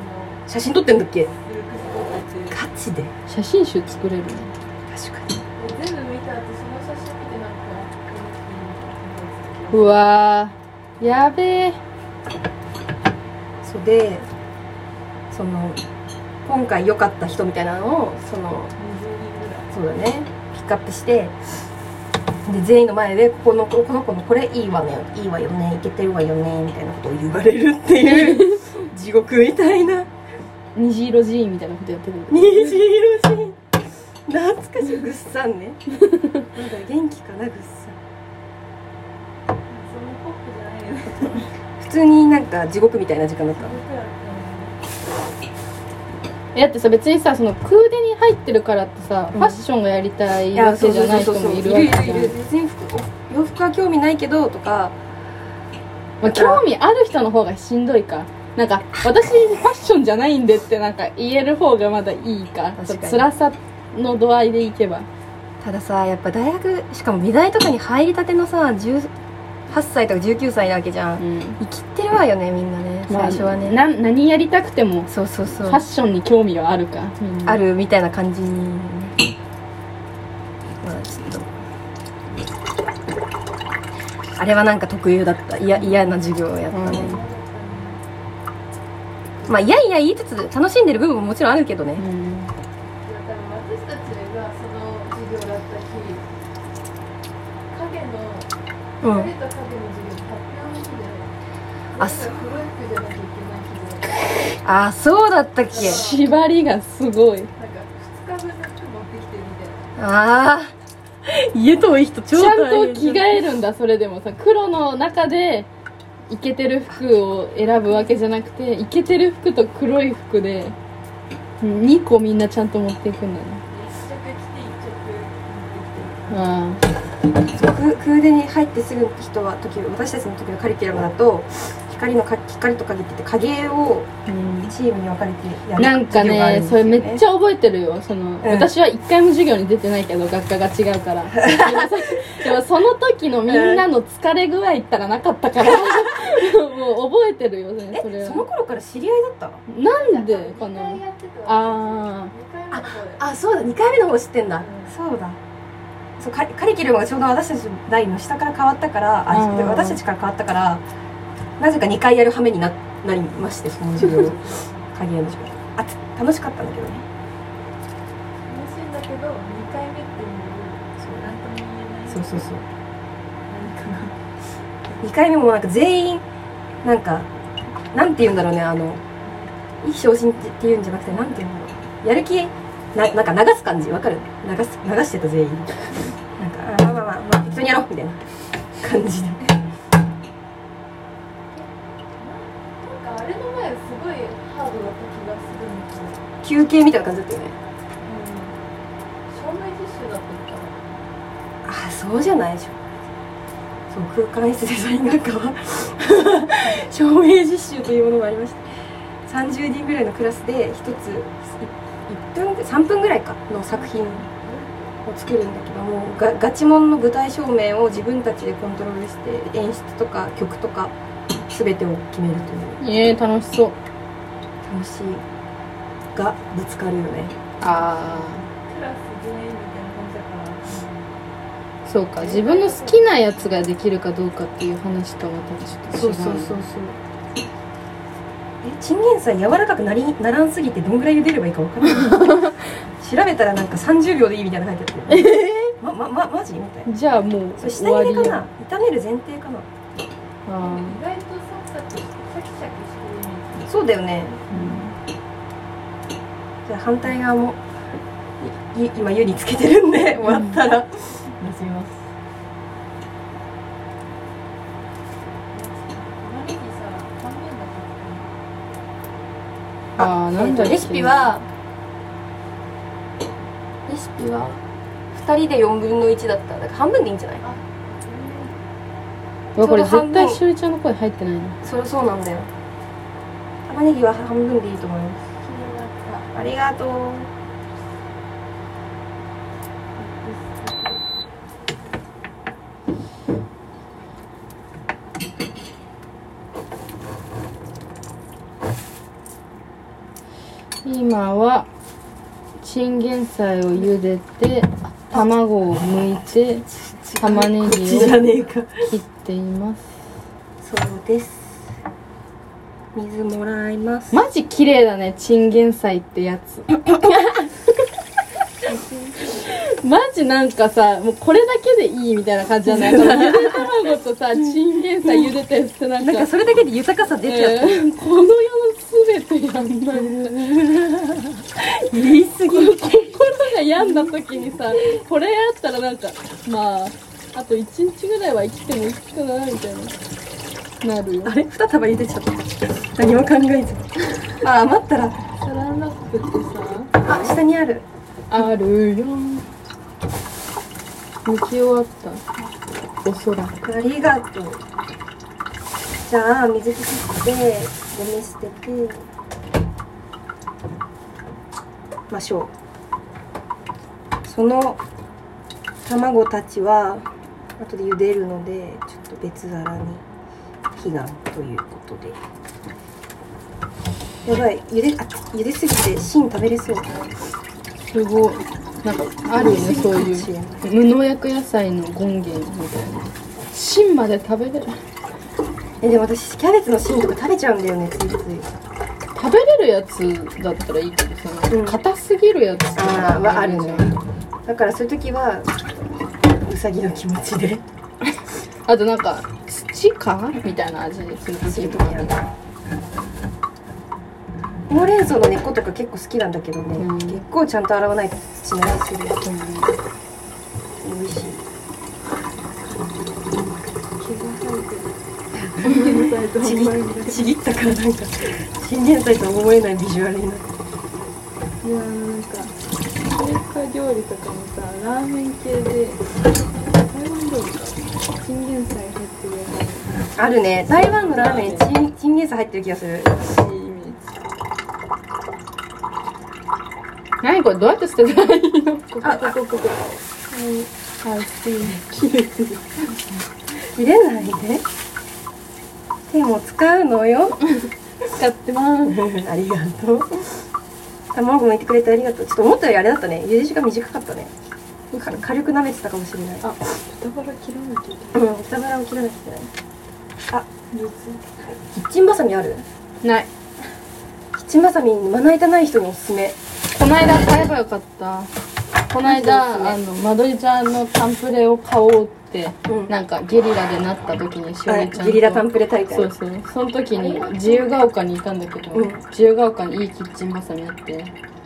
Speaker 2: 写真撮ってんだっけ
Speaker 4: 記録にこうやって
Speaker 2: ガチで
Speaker 3: 写真集作れるね
Speaker 2: 確かに
Speaker 4: で全部見た後その写真見てなんかうん
Speaker 3: うわーやべえ
Speaker 2: そうでその今回良かった人みたいなのをその
Speaker 4: 20人ぐらい
Speaker 2: そうだねピックアップしてで全員の前でこの子この子のこれいいわねいいわよねいけてるわよねみたいなことを言われるっていう地獄みたいな
Speaker 3: 虹色寺院みたいなことやってる
Speaker 2: 虹色し懐かしいぐっさんねまだ元気かなぐっさん
Speaker 4: そのポップじゃないよね
Speaker 2: 普通になんか地獄みたいな時間だったの
Speaker 4: 僕らって
Speaker 3: えだってさ別にさその空手に入ってるからってさ、ファッションがやりたい
Speaker 2: い
Speaker 3: わ
Speaker 2: やそ
Speaker 3: け
Speaker 2: う
Speaker 3: じ
Speaker 2: そ
Speaker 3: ゃ
Speaker 2: う
Speaker 3: な
Speaker 2: そう
Speaker 3: い
Speaker 2: そう
Speaker 3: 人もい
Speaker 2: い
Speaker 3: る
Speaker 2: る
Speaker 3: わけ
Speaker 2: い
Speaker 3: じゃん
Speaker 2: るいる別に服お洋服は興味ないけどとか
Speaker 3: まあ興味ある人の方がしんどいかな んか私ファッションじゃないんでってなんか言える方がまだいいか
Speaker 2: 確かに
Speaker 3: ちょっと辛さの度合いでいけば
Speaker 2: たださやっぱ大学しかも美大とかに入りたてのさ18歳とか19歳なわけじゃん
Speaker 3: ん
Speaker 2: 生きってるわよねみんなね最初はね、
Speaker 3: な何やりたくても
Speaker 2: そうそうそ
Speaker 3: フ
Speaker 2: う
Speaker 3: ァッションに興味はあるかみんな
Speaker 2: あるみたいな感じにねまあちょっとあれはなんか特有だったいや嫌な授業をやったね、まあいやいや言いつつ楽しんでる部分ももちろんあるけどね
Speaker 3: う、ん
Speaker 4: いや多分私たちがその授業だった日
Speaker 1: 生の
Speaker 2: うん
Speaker 1: 晴れた影の授業って発表の日で
Speaker 2: あ
Speaker 1: そ
Speaker 2: そうう
Speaker 1: 黒い服じゃなきゃいけない日で
Speaker 2: あそうだったっけ
Speaker 3: 縛りがすごい
Speaker 1: なんか2日分の服持ってきてるみたいな
Speaker 2: ああ家遠い人
Speaker 3: ち
Speaker 2: 超
Speaker 3: ゃ
Speaker 2: 大変
Speaker 3: んと着替えるんだそれでもさ黒の中でイケてる服を選ぶわけじゃなくてイケてる服と黒い服で2個みんなちゃんと持っていくんだね
Speaker 1: 一着着て一着
Speaker 3: あ
Speaker 2: ククーデに入ってすぐ人は時私たちの時のカリキュラムだと光のか光と影って言って影を
Speaker 3: あうん
Speaker 2: チームに分かれてやる
Speaker 3: なんか
Speaker 2: 授業がある
Speaker 3: ね
Speaker 2: んです
Speaker 3: そ
Speaker 2: よ
Speaker 3: れめっちゃ覚えてるよその、私は一回も授業に出てないけど学科が違うか らでもその時のみんなの疲れ具合ったらなかったからもう覚えてるよねそれ
Speaker 2: え
Speaker 3: は
Speaker 2: その頃から知り合いだっ
Speaker 3: なんでか
Speaker 1: 着て2回
Speaker 3: な
Speaker 1: やってた
Speaker 3: ああ
Speaker 1: 2回目の方
Speaker 2: た
Speaker 1: で
Speaker 2: あそうだ2回目の方知ってんだ、
Speaker 1: ん
Speaker 2: そうだそうカリカリキュラムがちょうど私たちの代の下から変わったからあ
Speaker 3: うん
Speaker 2: 私たちから変わったからなぜか2回やる羽目にななりましてその授 業影絵の授業あつ楽しかったんだけどね
Speaker 1: 楽しいんだけど2回目っていうそうなんとも言えない
Speaker 2: そうそうそう
Speaker 1: 何かな
Speaker 2: 2回目もなんか全員なんかなんて言うんだろうねあの意気昇進っていうんじゃなくてなんて言うんだろうやる気ななんか流す感じわかる流す流してた全員なんかあまあまあまあ、まあ、適当にやろうみたいな感じで
Speaker 1: なんかあれの前すごいハードだった気がするんですよ
Speaker 2: 休憩みたいな感じだったよね
Speaker 1: 照明実習だったか
Speaker 2: ああそうじゃないでしょそう空間椅子デザイン学科は 照明実習というものがありました30人ぐらいのクラスで一つ1分3分ぐらいかの作品を作るんだけどもがガチモンの舞台照明を自分たちでコントロールして演出とか曲とか全てを決めるという
Speaker 3: ええ楽しそう
Speaker 2: 楽しいがぶつかるよね
Speaker 3: あ
Speaker 1: クラス全員みた
Speaker 3: あそう
Speaker 1: いな感じだから
Speaker 3: か自分の好きなやつができるかどうかっていう話とはまたちょっと違う
Speaker 2: うえチンゲン菜柔らかくなりならんすぎてどんぐらい茹でればいいか分からない調べたらなんか30秒でいいみたいなの書いてあってまままマジみたいな
Speaker 3: じゃあもう
Speaker 2: それ
Speaker 3: 終
Speaker 2: 下
Speaker 3: わ
Speaker 2: 茹
Speaker 3: り
Speaker 2: でか
Speaker 3: や
Speaker 2: な炒める前提かな
Speaker 3: あ
Speaker 1: 意外とサクサクシャキシャキしてるイメージ
Speaker 2: そうだよね
Speaker 3: あ、
Speaker 2: じ
Speaker 3: うん
Speaker 2: ゃあ反対側もいい今湯につけてるんで終わったら
Speaker 3: 休みます
Speaker 1: あまりにさ半分だっ
Speaker 3: ああなんだっけ
Speaker 2: レシピはレシピは2人で4分の1だっただから半分でいいんじゃない
Speaker 1: たから
Speaker 3: うわこれ
Speaker 2: ちょうど半
Speaker 3: 絶
Speaker 2: 分
Speaker 3: 対しおりちゃんの声入ってないな
Speaker 2: そりゃそうなんだよ玉ねぎは半分でいいと思います
Speaker 1: 気になった
Speaker 2: ありがとう。
Speaker 3: 今はチンゲン菜を茹でて卵を剥いて玉ねぎを
Speaker 2: こっちじゃねえか。
Speaker 3: 切っています
Speaker 2: そうです。水もらいます。
Speaker 3: マジ綺麗だねチンゲン菜ってやつマジなんかさもうこれだけでいいみたいな感じじゃないこのゆで卵とさチンゲン菜茹でてってなんか
Speaker 2: なんかそれだけで豊かさ出ちゃっ
Speaker 3: えーこの世の全てやん
Speaker 2: た。
Speaker 3: なみ
Speaker 2: 言い 過ぎ。
Speaker 3: 心が病んだ時にさこれあったらなんかまああと1日ぐらいは生きてもいいかなみたいななるよ
Speaker 2: あれ二束入れてきちゃった。何も考えず。あ、余ったら。
Speaker 3: サランラップってさ
Speaker 2: あ、下にある。
Speaker 3: あるよ抜き終わったおそらく
Speaker 2: ありがとう。じゃあ、水切って、ゴミ捨てて。ましょう。その卵たちは、後で茹でるので、ちょっと別皿に避難ということで。やばい、茹で、あ、茹ですぎて芯食べれそう。
Speaker 3: すごいなんかあるよねそういう無農薬野菜の権限みたいな芯まで食べれる
Speaker 2: え、でも私、キャベツの芯とか食べちゃうんだよね、ついつい。
Speaker 3: 食べれるやつだったらいいけどさ、
Speaker 2: うん
Speaker 3: 硬すぎるやつ
Speaker 2: あーはあるね
Speaker 3: ん
Speaker 2: だからそういう時はうさぎの気持ちで
Speaker 3: あとなんか土かみたいな味する時とかも
Speaker 2: ほうれん草の根っことか結構好きなんだけどね、
Speaker 3: うん
Speaker 2: 結構ちゃんと洗わないと土の味する美味しいちぎちぎったからなんか新年祭とは思えないビジュアルになって
Speaker 1: いやーなんか中華料理とかもさラーメン系で台湾料理かチンゲン菜入ってるや
Speaker 2: あるね台湾のラーメンチンチンゲン菜入ってる気がする
Speaker 1: つらしいイメージ
Speaker 3: 何これどうやって捨てた らいいの
Speaker 1: ここここここはいはいついに切れてる
Speaker 2: 切れないで手も使うのよ
Speaker 1: 使ってます
Speaker 2: ありがとう卵もいてくれてありがとうちょっと思ったよりあれだったねゆで時間短かったねか軽く舐めてたかもしれない
Speaker 1: あ豚バラ切らなきゃいけない
Speaker 2: うん豚バラを切らなきゃいけない
Speaker 1: ルーツ
Speaker 2: キッチンバサミある
Speaker 3: ない
Speaker 2: キッチンバサミまな板ない人におすすめ
Speaker 3: この間買えばよかったこの間、
Speaker 2: そう
Speaker 3: あのマドリちゃんのタンプレを買おうって、
Speaker 2: うん
Speaker 3: なんかゲリラでなった時にしお
Speaker 2: あ
Speaker 3: りちゃん
Speaker 2: ゲ
Speaker 3: と
Speaker 2: リラタンプレ大会
Speaker 3: そうそうその時に自由が丘にいたんだけど、
Speaker 2: うん
Speaker 3: 自由が丘にいいキッチンバサミあって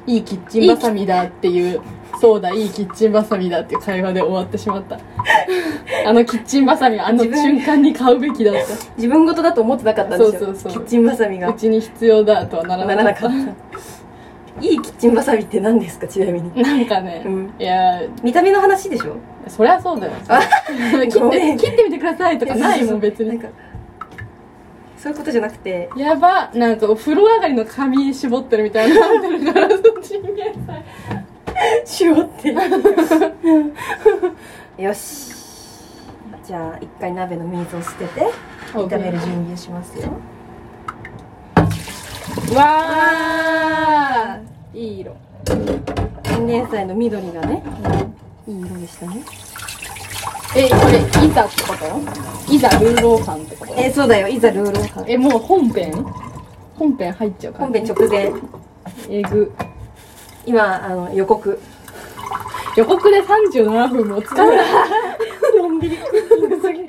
Speaker 3: いいキッチンバサミだっていうそうだいいキッチンバサミだっていう会話で終わってしまった あのキッチンバサミあの瞬間に買うべきだっ
Speaker 2: 自分事だと思ってなかったんですよ
Speaker 3: そうそう
Speaker 2: キ
Speaker 3: そう
Speaker 2: ッチンバサミ
Speaker 3: たう
Speaker 2: が
Speaker 3: ちに必要だとはなら
Speaker 2: な
Speaker 3: な
Speaker 2: ら
Speaker 3: か
Speaker 2: な
Speaker 3: った
Speaker 2: かったいいキッチンバサミって何ですかちなみに
Speaker 3: なんかね、
Speaker 2: うん
Speaker 3: いやー
Speaker 2: 見た目の話でしょ
Speaker 3: そりゃそうだよ切
Speaker 2: ご
Speaker 3: っ
Speaker 2: めん
Speaker 3: て切ってみてくださいとかないもん別
Speaker 2: なん
Speaker 3: に
Speaker 2: かそういうことじゃなくて
Speaker 3: やばなんかお風呂上がりの髪絞ってるみたいになってるからそのチンゲン菜
Speaker 2: 絞って よしじゃあ一回鍋の水を捨てて炒める準備をしますよ
Speaker 3: わーいい色
Speaker 2: チンゲン菜の緑がね、いい色でしたね
Speaker 3: えこれいざってこといざルーローハンってこと
Speaker 2: えそうだよいざルールを買う
Speaker 3: えもう本編本編入っちゃうから
Speaker 2: 本編直前
Speaker 3: えぐ
Speaker 2: 今あの予告
Speaker 3: 予告で37分も使うな
Speaker 2: のんびり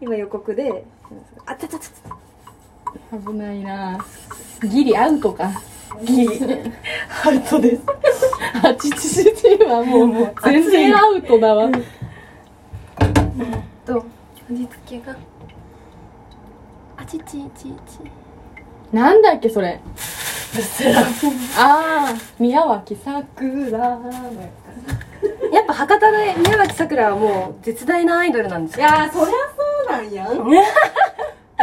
Speaker 2: 今予告であちゃちゃちゃ
Speaker 3: 危ないなギリアウトか
Speaker 2: ギリハルトです
Speaker 3: あちちちちはもう全然アウトだわ
Speaker 2: と
Speaker 4: 味付けがあちちちち
Speaker 3: なんだっけそれ
Speaker 2: セラフ
Speaker 3: ああ宮脇さくら
Speaker 2: やっぱ博多で宮脇さくらはもう絶大なアイドルなんですよ
Speaker 3: やーそりゃそうなんやん 宮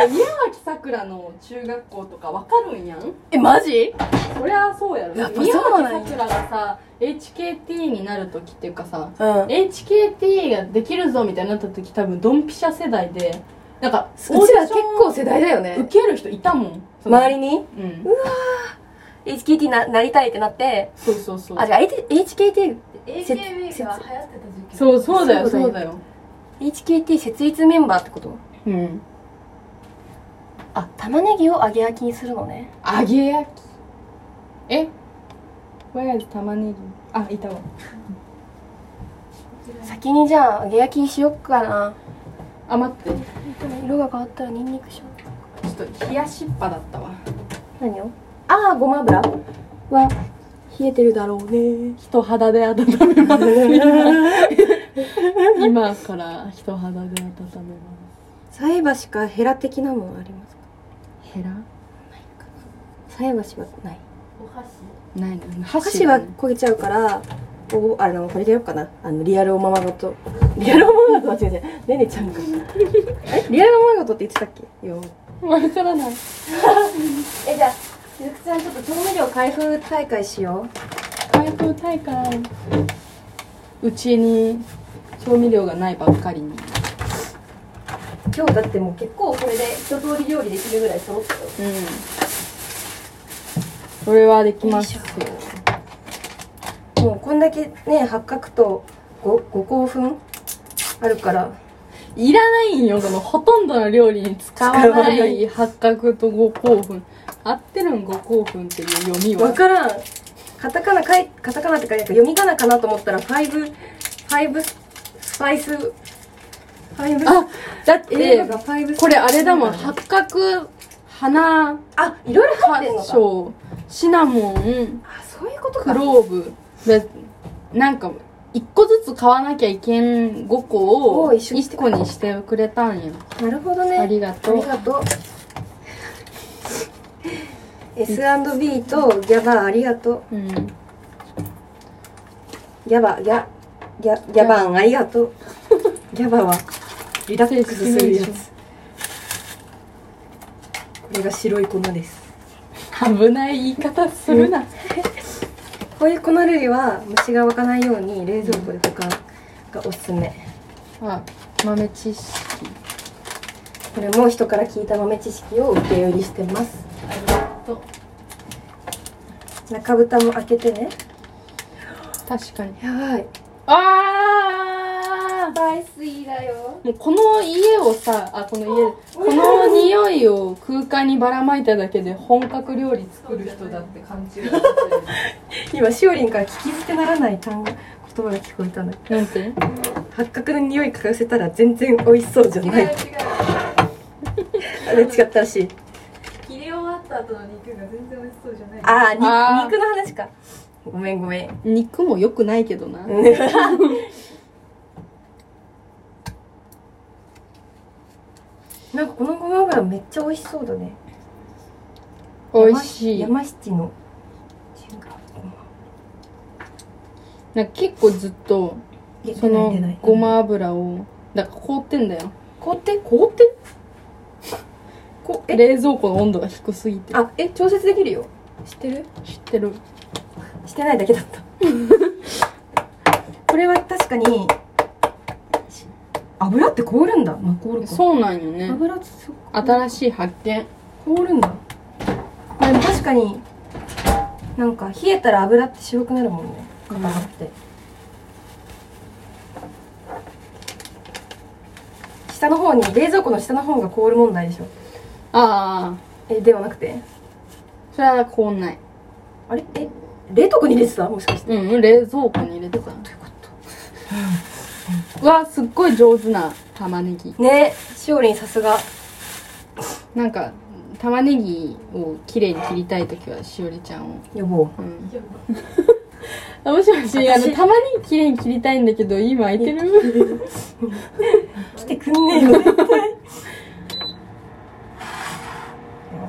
Speaker 3: 脇さくらの中学校とかわかるんやん
Speaker 2: えマジ
Speaker 3: そりゃそうやろ
Speaker 2: やっぱ
Speaker 3: 宮
Speaker 2: そうなんや
Speaker 3: 脇さくらがさ HKT になる時っていうかさ
Speaker 2: うん
Speaker 3: HKT ができるぞみたいになった時多分ドンピシャ世代でなんか
Speaker 2: うちら結構世代だよ
Speaker 3: 受
Speaker 2: ね
Speaker 3: ける人いたもん
Speaker 2: 周りに
Speaker 3: にうん、
Speaker 2: HKT ななりたいってなって
Speaker 3: そうそうそう
Speaker 2: あじゃあ HKT せ
Speaker 4: AKB が流行ってた時期
Speaker 3: そうそうだよ
Speaker 2: そ
Speaker 3: そうう
Speaker 2: だ
Speaker 3: だよ
Speaker 2: HKT 設立メンバーってこと
Speaker 3: うん
Speaker 2: あ玉ねぎを揚げ焼きにするのね
Speaker 3: 揚げ焼きえ Where's 玉ねぎあいたわ
Speaker 2: 先にじゃあ揚げ焼きにしよっかな
Speaker 3: あ待って
Speaker 2: 色が変わったらニンニクしよう
Speaker 3: ちょっと冷やしっぱだったわ
Speaker 2: 何をああごま油は冷えてるだろうね
Speaker 3: 人肌で温め ます今今から人肌で温めます
Speaker 2: 菜箸かヘラ的なものありますか
Speaker 3: ヘラ
Speaker 2: 菜箸はない
Speaker 4: お箸
Speaker 3: ないの
Speaker 2: 箸
Speaker 3: 箸
Speaker 2: は
Speaker 3: は
Speaker 2: 焦げちゃうからおあのこれでよっかなあのリアルおままごとリアルおままご とは違う違うねねちゃんかえリアルおままごとって言ってたっけよ
Speaker 3: わからない
Speaker 2: えじゃあゆくちゃんちょっと調味料開封大会しよ
Speaker 3: 開封大会うちに調味料がないばっかりに
Speaker 2: う今日だってもう結構これで一通り料理できるぐらい揃ったよ
Speaker 3: うんそれはできますよ
Speaker 2: もうこんだけね八角とごご興奮あるから
Speaker 3: いらないんよそのほとんどの料理に使わ
Speaker 2: 使わな
Speaker 3: ないい八角と五香粉合ってるん五香粉っていう読みは
Speaker 2: わからんカタカナかいカタカナってかなんか読み仮名かなと思ったらファイブファイブスパイスフファイブ
Speaker 3: あだっ
Speaker 2: 映
Speaker 3: て
Speaker 2: 画がファイブ
Speaker 3: これあれだもん
Speaker 2: あ
Speaker 3: 八角花
Speaker 2: いろいろ入ってんのか
Speaker 3: そうシナモン
Speaker 2: あそういうこと
Speaker 3: ク
Speaker 2: か
Speaker 3: ローブでなんか一個ずつ買わなきゃいけん5個
Speaker 2: お
Speaker 3: を
Speaker 2: ー一緒にして
Speaker 3: 1個にしてくれたんや
Speaker 2: なるほどね
Speaker 3: ありがとう
Speaker 2: ありがとう S&B とギャバーありがとう
Speaker 3: うん
Speaker 2: ギャバギャギャギャバーンありがとうギャバはリラックスするやつ
Speaker 3: リラック
Speaker 2: これが白い粉です
Speaker 3: 危ない言い方するな、
Speaker 2: こういう粉類は虫が湧かないように冷蔵庫で保管がおすすめ
Speaker 3: あ豆知識
Speaker 2: これも人から聞いた豆知識を受け売りしてます
Speaker 3: ありがとう
Speaker 2: 中蓋も開けてね
Speaker 3: 確かに
Speaker 2: やばい
Speaker 3: ああ
Speaker 4: バイスイだよ
Speaker 3: もうこの家をさあこの家この匂いを空間にばらまいただけで本格料理作る人だって勘違い してる
Speaker 2: 今しおりんから聞き捨てならない単語言葉が聞こえたの
Speaker 3: なんて
Speaker 2: 八角の匂い嗅がせたら全然美味しそうじゃ
Speaker 4: 違う
Speaker 2: ないあれ違ったらしい
Speaker 4: 切れ終わった後の肉が全然美味しそうじゃない
Speaker 2: あーに
Speaker 3: あー
Speaker 2: 肉の話かごめんごめん
Speaker 3: 肉も良くないけどな、
Speaker 2: なんかこのごま油めっちゃ美味しそうだね
Speaker 3: 美味しい
Speaker 2: 山七の
Speaker 3: なんか結構ずっと
Speaker 2: 出
Speaker 3: そ
Speaker 2: てない
Speaker 3: の
Speaker 2: 出ない
Speaker 3: ごま油をだから凍ってんだよ
Speaker 2: 凍って凍ってこえ
Speaker 3: 冷蔵庫の温度が低すぎて
Speaker 2: あえ調節できるよ知ってる
Speaker 3: 知ってる
Speaker 2: してないだけだった これは確かにし油って凍るんだまあ凍るか
Speaker 3: そうなんよね
Speaker 2: 油ってそっか
Speaker 3: 新しい発見
Speaker 2: 凍るんだまあでも確かになんか冷えたら油って白くなるもんね固まって、下の方に冷蔵庫の下の方が凍る問題でしょ
Speaker 3: ああ
Speaker 2: えではなくて
Speaker 3: それは凍んない
Speaker 2: あれえ冷凍庫に入れてたもしかして
Speaker 3: うん冷蔵庫に入れてた
Speaker 2: どういうこ
Speaker 3: うわすっごい上手な玉ねぎ
Speaker 2: とねえしおりんさすが
Speaker 3: なんか玉ねぎをきれいに切りたい時はしおりちゃんを
Speaker 2: 予防
Speaker 3: うんあもしもしあの
Speaker 2: 私
Speaker 3: 玉ねぎきれいに切りたいんだけど今空いてる
Speaker 2: 来てくんねえよ絶対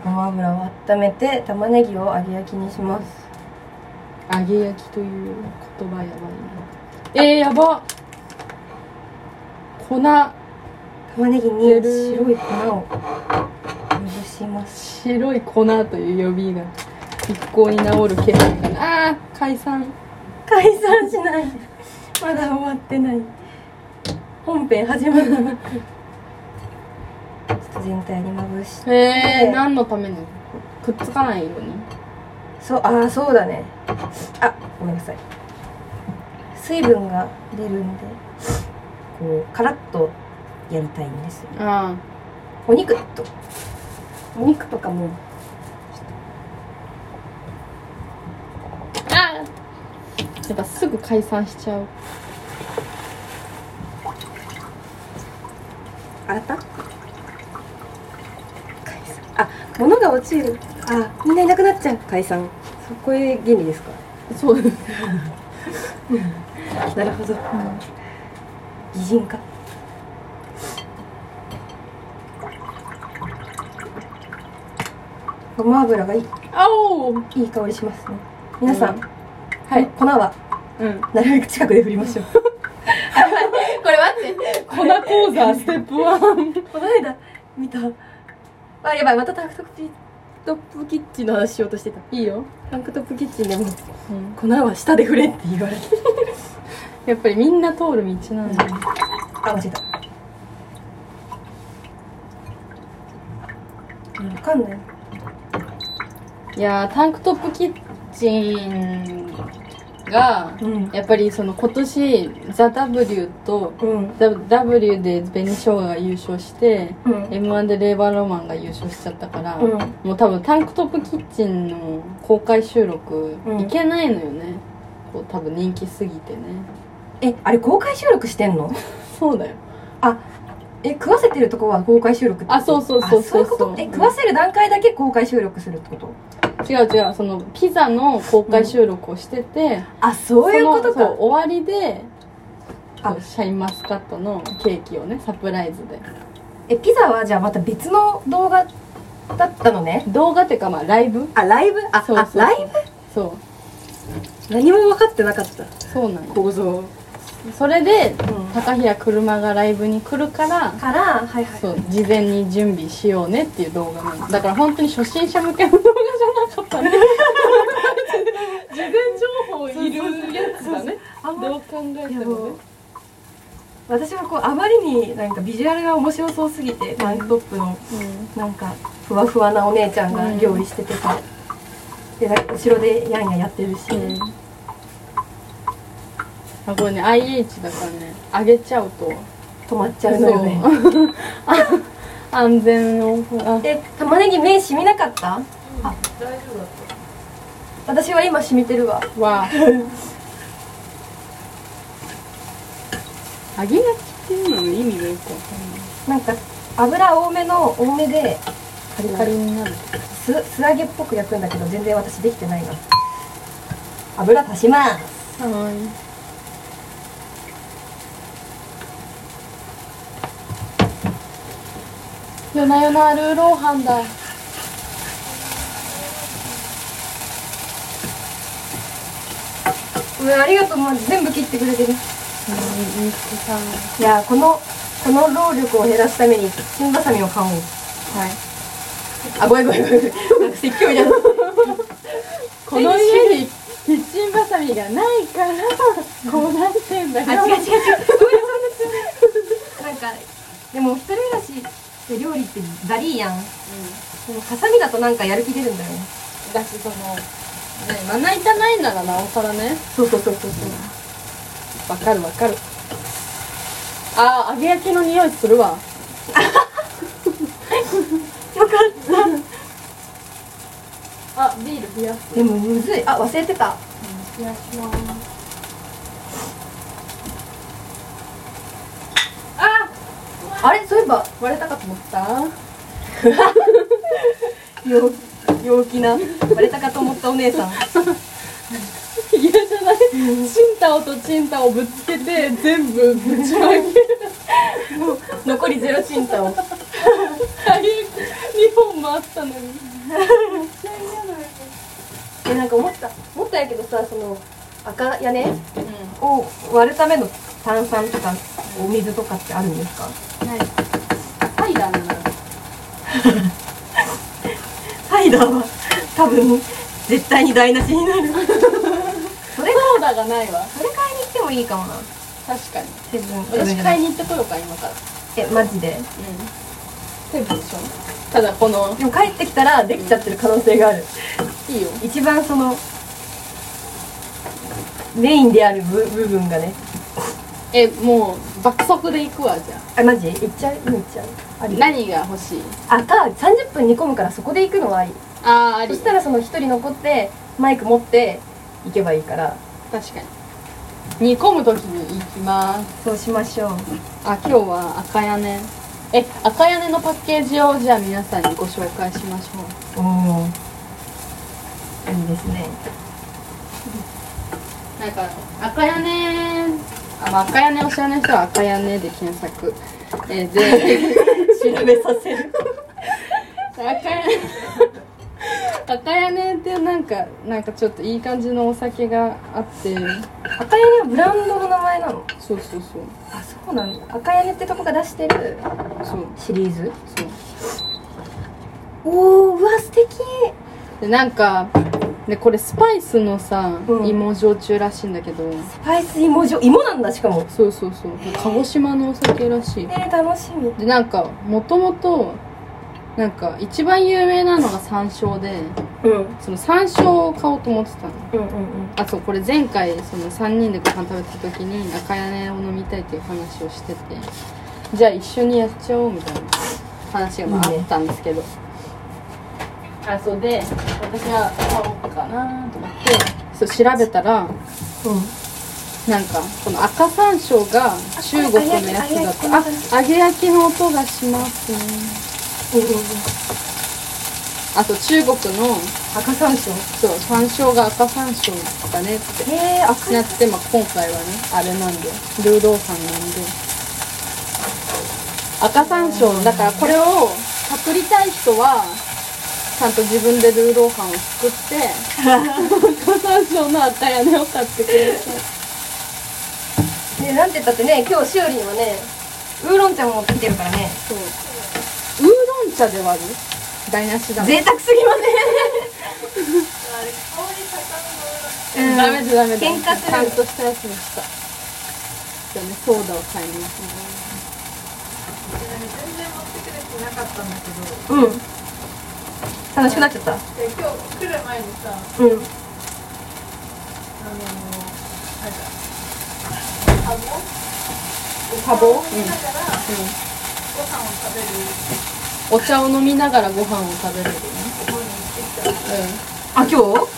Speaker 2: ごま油を温めて玉ねぎを揚げ焼きにします
Speaker 3: 揚げ焼きという言葉やばいなえー、やば粉
Speaker 2: 玉ねぎに白い粉をまぶします
Speaker 3: 白い粉という予備が一向に治る気配かなあー解散
Speaker 2: 解散しないまだ終わってない本編始まるちょっと全体にまぶし
Speaker 3: え
Speaker 2: て
Speaker 3: ー、何のためにくっつかないように
Speaker 2: そうああそうだねあごめんなさい水分が出るんでこうカラッとやりたいんですよ
Speaker 3: あ
Speaker 2: お肉とお肉とかも
Speaker 3: ああーやっぱすぐ解散しちゃう
Speaker 2: 洗った解散あ物が落ちるあみんないなくなっちゃう解散そこへ原理ですか
Speaker 3: そうです
Speaker 2: なるほど、擬人化ごま油がいい
Speaker 3: あおー
Speaker 2: いい香りしますね皆さん、
Speaker 3: うんはい
Speaker 2: 粉は
Speaker 3: うん
Speaker 2: なるべく近くで振りましょう
Speaker 4: こ れ待って
Speaker 3: 粉講座 ステップ1
Speaker 2: この間見たあやばいまたタンクトップキトップキッチンの話しようとしてた
Speaker 3: いいよ、
Speaker 2: タンクトップキッチンでも
Speaker 3: うん、
Speaker 2: 粉は下で振れって言われて
Speaker 3: やっぱりみんな通る道なんだ、
Speaker 2: あ、間違えた。わかんない。
Speaker 3: いやータンクトップキッチンが
Speaker 2: うん。
Speaker 3: やっぱりその今年「ザ・ w と
Speaker 2: うん
Speaker 3: 「ザ・ w で紅生姜が優勝して
Speaker 2: う
Speaker 3: m 1でレーバーロマンが優勝しちゃったから、
Speaker 2: ん。
Speaker 3: もう多分タンクトップキッチンの公開収録
Speaker 2: うん
Speaker 3: いけないのよね、こう多分人気すぎてね
Speaker 2: え、あれ公開収録してんの
Speaker 3: そうだよ
Speaker 2: え食わせてるとこは公開収録ってこと
Speaker 3: あそうそうそうそう
Speaker 2: あそういうことえ食わせる段階だけ公開収録するってこと
Speaker 3: 違う違うそのピザの公開収録をしてて、
Speaker 2: あそういうこと
Speaker 3: そのそう
Speaker 2: か
Speaker 3: 終わりで
Speaker 2: あ
Speaker 3: シャインマスカットのケーキをねサプライズで
Speaker 2: えピザはじゃあまた別の動画だったのね
Speaker 3: 動画っていうかまあライブ
Speaker 2: あライブあ
Speaker 3: そうそうそう
Speaker 2: あライ
Speaker 3: そ
Speaker 2: ブ何も分かってなかった
Speaker 3: うそうなんよ
Speaker 2: 構造
Speaker 3: それで
Speaker 2: ん
Speaker 3: 高平車がライブに来るから
Speaker 2: からはいはい
Speaker 3: そう事前に準備しようねっていう動画なんだから本当に初心者向けの動画じゃなかったね 事前情報いるやつだね
Speaker 2: あんま
Speaker 3: どう考えて
Speaker 2: で
Speaker 3: もね
Speaker 2: も私はこうあまりになんかビジュアルが面白そうすぎてタンクトップのなんかふわふわなお姉ちゃんが料理しててさ、でなんか後ろでやんややってるし、
Speaker 3: うんあこれね IH だからね上げちゃうと
Speaker 2: 止まっちゃうのよね
Speaker 3: そうあ安全をあ
Speaker 2: え玉ねぎ目染みなかった、あ
Speaker 4: 大丈夫だっ
Speaker 2: 私は今染みてるわ
Speaker 3: は揚げ焼きっていうのの意味がよくわかんない
Speaker 2: なんか油多めの多めで
Speaker 3: カリカリになる
Speaker 2: 素素揚げっぽく焼くんだけど全然私できてないな油足します
Speaker 3: はい夜な夜なルーローハンだ
Speaker 2: うわありがとうもう全部切ってくれてる
Speaker 3: うんみつきさんはい
Speaker 2: やーこのこの労力を減らすためにキッチンバサミを買おう
Speaker 3: い
Speaker 2: あごめんごめんごめんなんか説教み たいな
Speaker 3: この家にキッチンバサミがないからこうなってんだ
Speaker 2: あ
Speaker 3: よ
Speaker 2: 違う違う違うごめんなさいなんかでも一人暮らしで料理ってザリーやん、でもハサミだとなんかやる気出るんだよね
Speaker 3: だしそのねまな板ないならなおさらね
Speaker 2: そうそうそうそう
Speaker 3: わかるわかるあー揚げ焼きの匂いするわ
Speaker 2: そうよかっ
Speaker 3: あビール冷やす
Speaker 2: たでもむずいあ忘れてた
Speaker 3: 冷やします
Speaker 2: あれそういえば
Speaker 3: 割れたかと思った
Speaker 2: 陽陽気なバレたかと思ったお姉さん
Speaker 3: いやじゃないチンタオとチンタオぶつけて全部ぶちまけ
Speaker 2: 残りゼロチンタを
Speaker 3: 揚げ焼き2本もあったのに
Speaker 2: えなんか思った思ったんやけどさその赤屋根を割るための炭酸とかお水とかってあるんですか
Speaker 3: ないタイだな
Speaker 2: サイダーは多分絶対に台無しになるそれ
Speaker 3: ソーダがないわ
Speaker 2: それ買いに行ってもいいかもな
Speaker 3: 確かに
Speaker 2: セブン
Speaker 3: 私買い
Speaker 2: に
Speaker 3: に行ってこようか今から
Speaker 2: えマジで
Speaker 3: セブンでしょただこの
Speaker 2: でも帰ってきたらできちゃってる可能性がある
Speaker 3: いいよ
Speaker 2: 一番そのメインである部部分がね
Speaker 3: えもう爆速で行くわじゃあ
Speaker 2: あマジ行っちゃう今行っちゃうあり
Speaker 3: 何が欲しい
Speaker 2: あか30分煮込むからそこで行くのはあり
Speaker 3: あーあ
Speaker 2: そ
Speaker 3: り
Speaker 2: したらその1人残ってマイク持って行けばいいから
Speaker 3: 確かに煮込む時に行きます
Speaker 2: そうしましょう
Speaker 3: あ今日は赤屋根え赤屋根のパッケージをじゃあ皆さんにご紹介しましょう
Speaker 2: おおいいですね
Speaker 3: なんか赤屋根あ、まあ、赤屋根を知らない人は赤屋根で検索、えーで
Speaker 2: 調べさせる
Speaker 3: 赤屋根赤屋根ってなんかなんかちょっといい感じのお酒があって
Speaker 2: 赤屋根はブランドの名前なの
Speaker 3: そうそうそう
Speaker 2: あそうなんだ赤屋根ってとこが出してる
Speaker 3: そう
Speaker 2: シリーズ
Speaker 3: そう
Speaker 2: おおうわ素敵
Speaker 3: でなんかでこれスパイスのさ、
Speaker 2: うん
Speaker 3: 芋焼酎らしいんだけど
Speaker 2: スパイス芋状芋なんだしかも
Speaker 3: そうそうそう鹿児島のお酒らしい
Speaker 2: えー、楽しみ
Speaker 3: でなんかもともとなんか一番有名なのが山椒で
Speaker 2: うんうん
Speaker 3: その山椒を買おうと思ってたの
Speaker 2: うんうん
Speaker 3: あそうこれ前回その3人でご飯食べた時に赤屋根を飲みたいっていう話をしててじゃあ一緒にやっちゃおうみたいな話がまあ
Speaker 2: いいね
Speaker 3: あったんですけどあそうで私は買おうかなと思ってそう調べた
Speaker 2: うん
Speaker 3: らなんかこの赤山椒が中国のやつだ
Speaker 4: あこ
Speaker 3: とあ揚げ焼きの音がしますねあと中国の
Speaker 2: 赤山椒
Speaker 3: そう山椒が赤山椒だねって
Speaker 2: へえ赤
Speaker 3: なって、まあ、今回はねあれなんでルーローハンなんで赤山椒だからこれをパクりたい人はちゃんと自分でルーローハンを作って赤山椒の赤屋根を買ってくれて
Speaker 2: ね、なんて言ったってね今日しおりんはねウーロン茶も持ってきてるからね
Speaker 3: そうウーロン茶で割る台無しだ
Speaker 2: 贅沢すぎま せん
Speaker 3: ダメだダメだ
Speaker 2: 喧嘩する
Speaker 3: ちゃんとしたやつにしたじゃあねソーダを買いに行きます
Speaker 2: うん楽しくなっちゃった
Speaker 4: で今日来る前にさ
Speaker 2: うん
Speaker 4: あのー、なんか
Speaker 3: 多
Speaker 4: カボを
Speaker 3: 忙
Speaker 4: 食べながら、ご飯を食べる
Speaker 3: お茶を飲みながらご飯を食べるよね
Speaker 4: 方に行ってきた
Speaker 3: う
Speaker 2: あ今日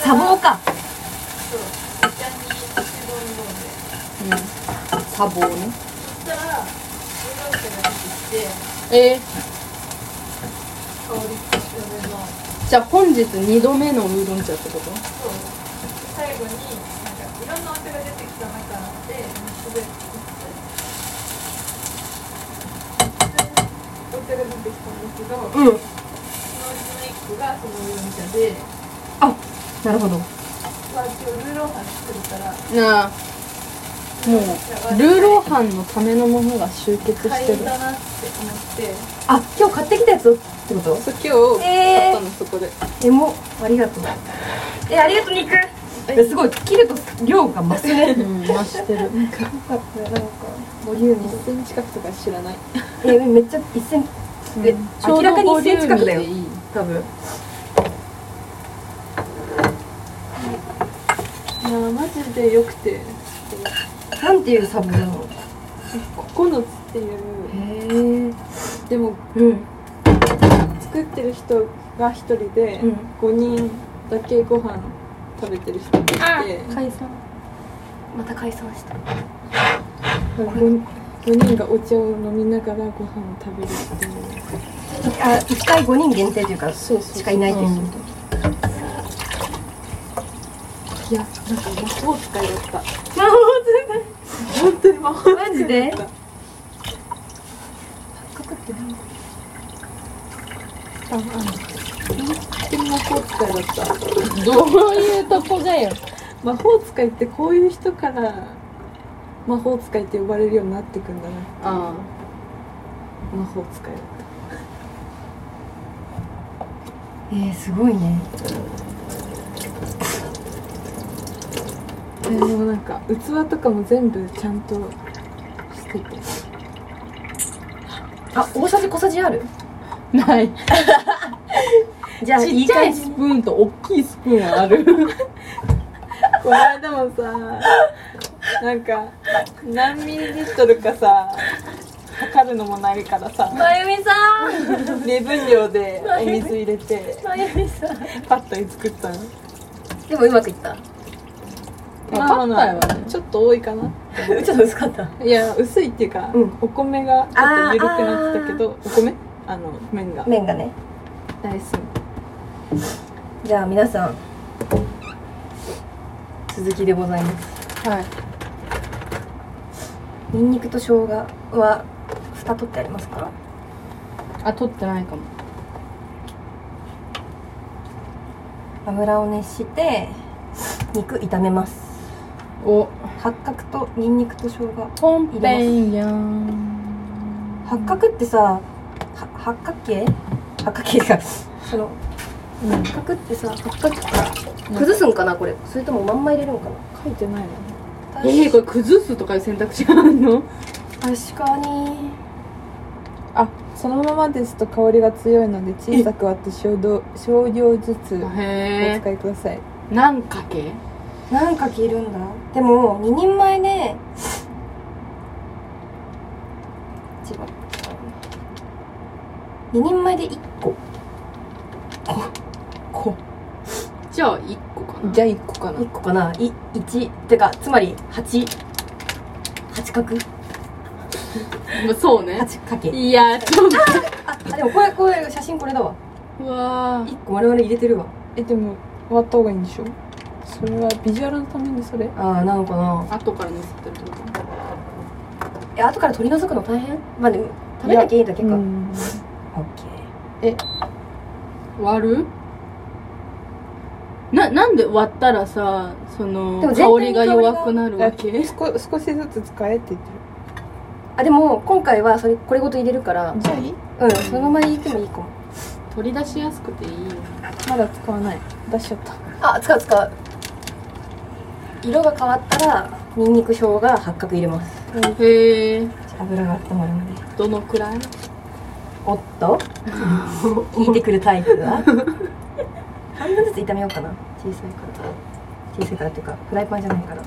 Speaker 2: 砂防か
Speaker 4: そう一緒に一度飲んで
Speaker 3: んうん砂防ね
Speaker 4: そしたらウーロン茶が出てきて
Speaker 3: え
Speaker 4: 香り強めの
Speaker 3: ー、じゃあ本日2度目のウーロン茶ってこと
Speaker 4: そう最後になんかいろんなお茶が出てきた中で3つでお茶が出てきたんですけど、そのうちの
Speaker 2: うん
Speaker 4: 1個がそのウーロン茶で、
Speaker 2: あなるほど
Speaker 4: まあ、今日ルーローハン作るから
Speaker 3: なあもうルーローハンのためのものが集結し
Speaker 4: 買
Speaker 3: て
Speaker 4: い
Speaker 3: る
Speaker 4: だなって思って
Speaker 2: あ今日買ってきたやつってこと
Speaker 3: そう今日買
Speaker 2: えー
Speaker 3: ったのそこで
Speaker 2: えもありがとうえありがとう肉えすごい切ると量が増すね
Speaker 3: うん増してる
Speaker 2: よかったなんかボリュー
Speaker 3: 1センチ角とか知らない
Speaker 2: えめっちゃ1センチえ
Speaker 3: ちょ
Speaker 2: 明
Speaker 3: う
Speaker 2: ら
Speaker 3: ど
Speaker 2: かに1
Speaker 3: ボリ
Speaker 2: セ
Speaker 3: ュ
Speaker 2: ンチ角
Speaker 3: ーミー
Speaker 2: だよ
Speaker 3: でいい
Speaker 2: 多分
Speaker 1: いやマジでよくて
Speaker 2: なんていうサブなの
Speaker 1: 9つってい
Speaker 2: へ
Speaker 1: う
Speaker 2: え
Speaker 1: でも
Speaker 2: うん
Speaker 1: 作ってる人が一人で
Speaker 2: うん
Speaker 1: 5人だけご飯食べてる人がいて、
Speaker 2: 解散また解散した
Speaker 1: 5, 人がお茶を飲みながらご飯を食べるっていう
Speaker 2: あ1回5人限定というか
Speaker 1: そうそう
Speaker 2: しかいないという
Speaker 1: うんいやなんか魔法使いだった
Speaker 2: なるほど
Speaker 1: 本当に魔法使いだっ た
Speaker 2: マジで
Speaker 1: ああの本当に魔法使いだった
Speaker 3: どういうとこだよ
Speaker 1: 魔法使いってこういう人から魔法使いって呼ばれるようになってくんだな
Speaker 3: あ
Speaker 1: 魔法使いだっ
Speaker 2: えー、すごいね
Speaker 1: たえーでもなんか器とかも全部ちゃんとしてて
Speaker 2: あ大さじ小さじある
Speaker 3: あない
Speaker 2: じゃあ
Speaker 3: ち
Speaker 2: い
Speaker 3: っ
Speaker 2: い
Speaker 3: ちゃい
Speaker 2: 感
Speaker 3: ス
Speaker 2: じ
Speaker 3: プーンと大きいスプーンはある
Speaker 1: この間もさなんか何ミリリットルかさ測るのもないからさ
Speaker 2: まゆみさん
Speaker 1: 目分量でお水入れて
Speaker 2: まゆみさん
Speaker 1: パッタイ作ったの
Speaker 2: でもうまくいった
Speaker 3: まあパッタイはね
Speaker 1: ちょっと多いかな
Speaker 2: ちょっと薄かった
Speaker 1: いや薄いっていうか、
Speaker 2: うん
Speaker 1: お米がちょっと緩くなってたけどお米あの麺が
Speaker 2: 麺がね
Speaker 1: 大好
Speaker 2: じゃあ皆さん続きでございます
Speaker 3: はい
Speaker 2: ニンニクと生姜は蓋取ってありますか
Speaker 3: あ取ってないかも
Speaker 2: 油を熱して肉炒めます
Speaker 3: お
Speaker 2: 八角とニンニクと生姜
Speaker 3: 本編やん
Speaker 2: 八角ってさは八角形八角形かその八角ってさ八角ってさ崩すんかなこれそれともまんま入れるんかな
Speaker 1: き書いてないの
Speaker 3: えー、これ崩すとかいう選択肢があるの
Speaker 2: 確かに
Speaker 1: あそのままですと香りが強いので小さく割って少量少量ずつお
Speaker 3: へ
Speaker 1: 使いください
Speaker 3: え何かけ
Speaker 2: 何かけるんだでも2人前で一番2人前で1個ここ
Speaker 3: じゃあ1個かなじゃあ1個かな
Speaker 2: 1個かない1てかつまり88角
Speaker 3: まあそうね
Speaker 2: 8かけ
Speaker 3: いやちょっと
Speaker 2: ああでもこれこれ写真これだわ
Speaker 3: うわー
Speaker 2: 1個我々入れてるわ
Speaker 1: えでも割った方がいいんでしょそれはビジュアルのためにそれ
Speaker 2: ああなのかな
Speaker 3: 後から乗せてるってこと
Speaker 2: え後から取り除くの大変まあでも食べなきゃいいだけかオッ
Speaker 1: ん
Speaker 2: ケ
Speaker 3: 割るななんで割ったらさその
Speaker 2: でも全体
Speaker 3: 香
Speaker 2: に
Speaker 3: りが弱くなるわけ
Speaker 1: 少少しずつ使えって言って
Speaker 2: ーあでも今回はそれこれごと入れるから
Speaker 1: るじゃあいい
Speaker 2: うんそのまま入れてもいいかも
Speaker 3: 取り出しやすくていいよ
Speaker 1: まだ使わない出しちゃった
Speaker 2: あ使う使う色が変わったらにんにく生姜八角入れます
Speaker 3: へえ
Speaker 2: 油が温まるまで
Speaker 3: どのくらい
Speaker 2: おっ と聞いてくるタイプ が半分ずつ炒めようかな小さいから小さいからっていうかフライパンじゃないから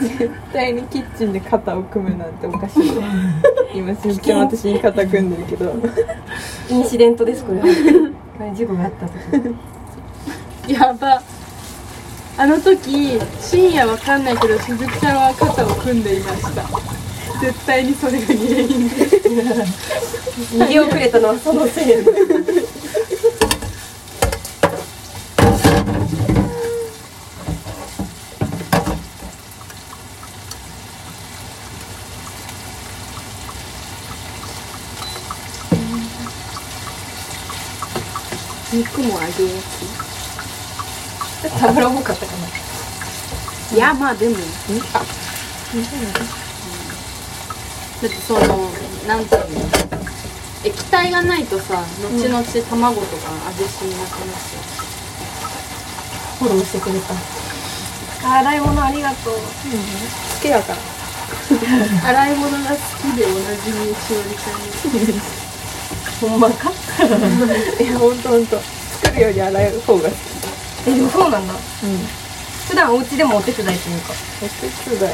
Speaker 1: 絶対にキッチンで肩を組むなんておかし い今しずちゃん私に肩組んでるけど
Speaker 2: インシデントですこれは これ事故があった時
Speaker 3: やばあの時深夜わかんないけど鈴木さんは肩を組んでいました絶対にそれが原因で
Speaker 2: 逃げ遅れたのはそのせい
Speaker 3: 肉も揚げや
Speaker 2: 油多かったかな
Speaker 3: すいやまあでも肉かだってそのなんていうの液体がないとさ後々卵とか味しなくなっちゃう
Speaker 2: フォローしてくれた
Speaker 4: 洗い物ありがとう
Speaker 1: 好きだから
Speaker 3: 洗い物が好きでおなじみしおりちゃんです
Speaker 2: ほんまか
Speaker 1: いやほんとほんと作るより洗う方が好き
Speaker 2: えでもそうなんだ
Speaker 1: うん
Speaker 2: 普段お家でもお手伝いというか
Speaker 1: お手伝い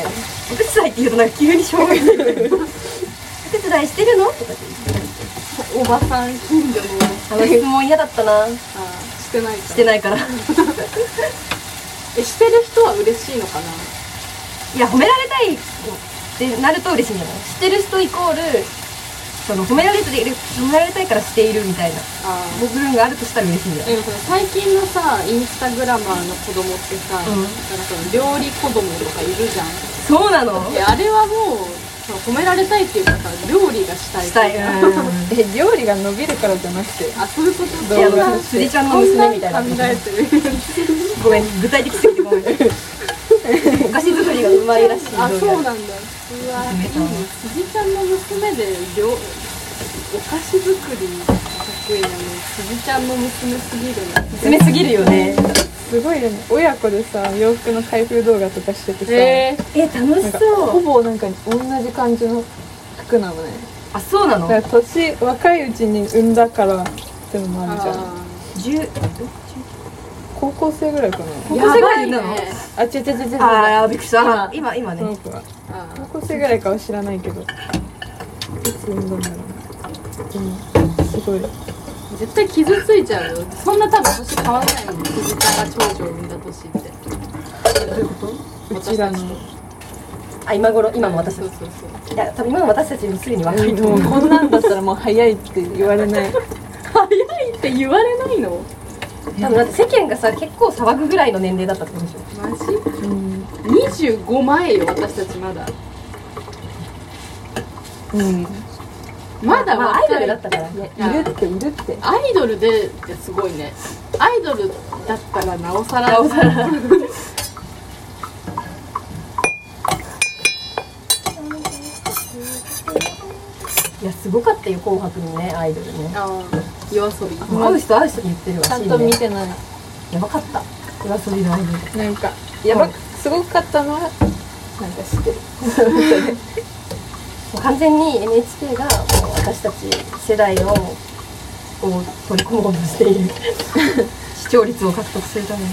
Speaker 2: お手伝いって言うとなんか急に障害出てくるお手伝いしてるのとかって
Speaker 3: おばさん近所の
Speaker 2: あの質問嫌だったなし
Speaker 3: あーしてないか
Speaker 2: てないから
Speaker 3: ら
Speaker 2: い
Speaker 3: えしてる人は嬉しいのかな
Speaker 2: や褒められたいってなると嬉しいんじゃないしてる人イコールその褒められてる褒められたいからしているみたいな
Speaker 3: あー
Speaker 2: 部分があるとしたら嬉しいんじゃない
Speaker 3: でもさ最近のさインスタグラマーの子供ってさ、
Speaker 2: うん
Speaker 3: なんかその料理子供とかいるじゃん
Speaker 2: そうなの
Speaker 3: であれはもうその褒められたいっていうかさ料理がしたい
Speaker 2: したい
Speaker 1: え料理が伸びるからじゃなくて
Speaker 3: あそういうこと
Speaker 1: 動
Speaker 3: こん
Speaker 1: 画
Speaker 3: な
Speaker 1: として
Speaker 2: 辻ちゃんの娘みたいな
Speaker 3: 考えてる
Speaker 2: ごめん具体的すぎてごめんお菓子作りがうまいらしい
Speaker 3: あそうなんだうわいい
Speaker 2: 娘
Speaker 3: ね
Speaker 2: さんは
Speaker 3: 辻ちゃんの娘で料お菓子作りが得意なの辻ちゃんの娘すぎるな
Speaker 2: 詰めすぎるよね
Speaker 1: すごいよね親子でさ洋服の開封動画とかしててさ、
Speaker 3: へえ
Speaker 2: え楽
Speaker 1: なんかほぼなんか同じ感じの服なのね
Speaker 2: あそうな
Speaker 1: だ
Speaker 2: の
Speaker 1: から年若いうちに産んだからってのもあるじゃん
Speaker 2: 10
Speaker 1: 高校生ぐらいかな
Speaker 2: 高校生ぐらいなの
Speaker 1: あ違う違う違う違う
Speaker 2: ああびっくりした今今
Speaker 1: その
Speaker 2: ね
Speaker 1: 子は
Speaker 3: あー
Speaker 1: 高校生ぐらいかは知らないけどいつ産んだんだろうでもすごい
Speaker 3: 絶対傷ついちゃうよそんな多分年変わらないもん藤田が長女を産んだ年って
Speaker 1: どういうことうちらの
Speaker 2: あ今頃今の私た
Speaker 3: そう
Speaker 2: ち
Speaker 3: そうそう
Speaker 2: いや多分今の私たちもすでに若いと
Speaker 1: も
Speaker 2: 思
Speaker 1: う
Speaker 2: う
Speaker 1: こんなんだったらもう早いって言われない
Speaker 3: 早いって言われないの
Speaker 2: 多分だって世間がさ結構騒ぐぐらいの年齢だったってことでしょ
Speaker 3: マジ
Speaker 1: うん
Speaker 3: 25前よ私たちまだ
Speaker 1: うんい
Speaker 3: まだ
Speaker 2: まあアイド
Speaker 3: 若
Speaker 2: ル
Speaker 3: い
Speaker 2: だったから
Speaker 1: るっているって
Speaker 3: アイドルでってすごいねアイドルだったらなおさら
Speaker 2: なおさらいやすごかったよ「紅白」のねアイドルね
Speaker 3: あー夜遊び
Speaker 2: 会う人会う人に言ってるわ
Speaker 1: ちゃん
Speaker 2: 新
Speaker 1: と
Speaker 2: 年
Speaker 1: 見てない
Speaker 2: やばかった夜遊びのアイドル
Speaker 1: なんかやばすごかったのはなんか知ってる
Speaker 2: もう完全に NHK がもう私たち世代をこう取り込もうとしている 視聴率を獲得するために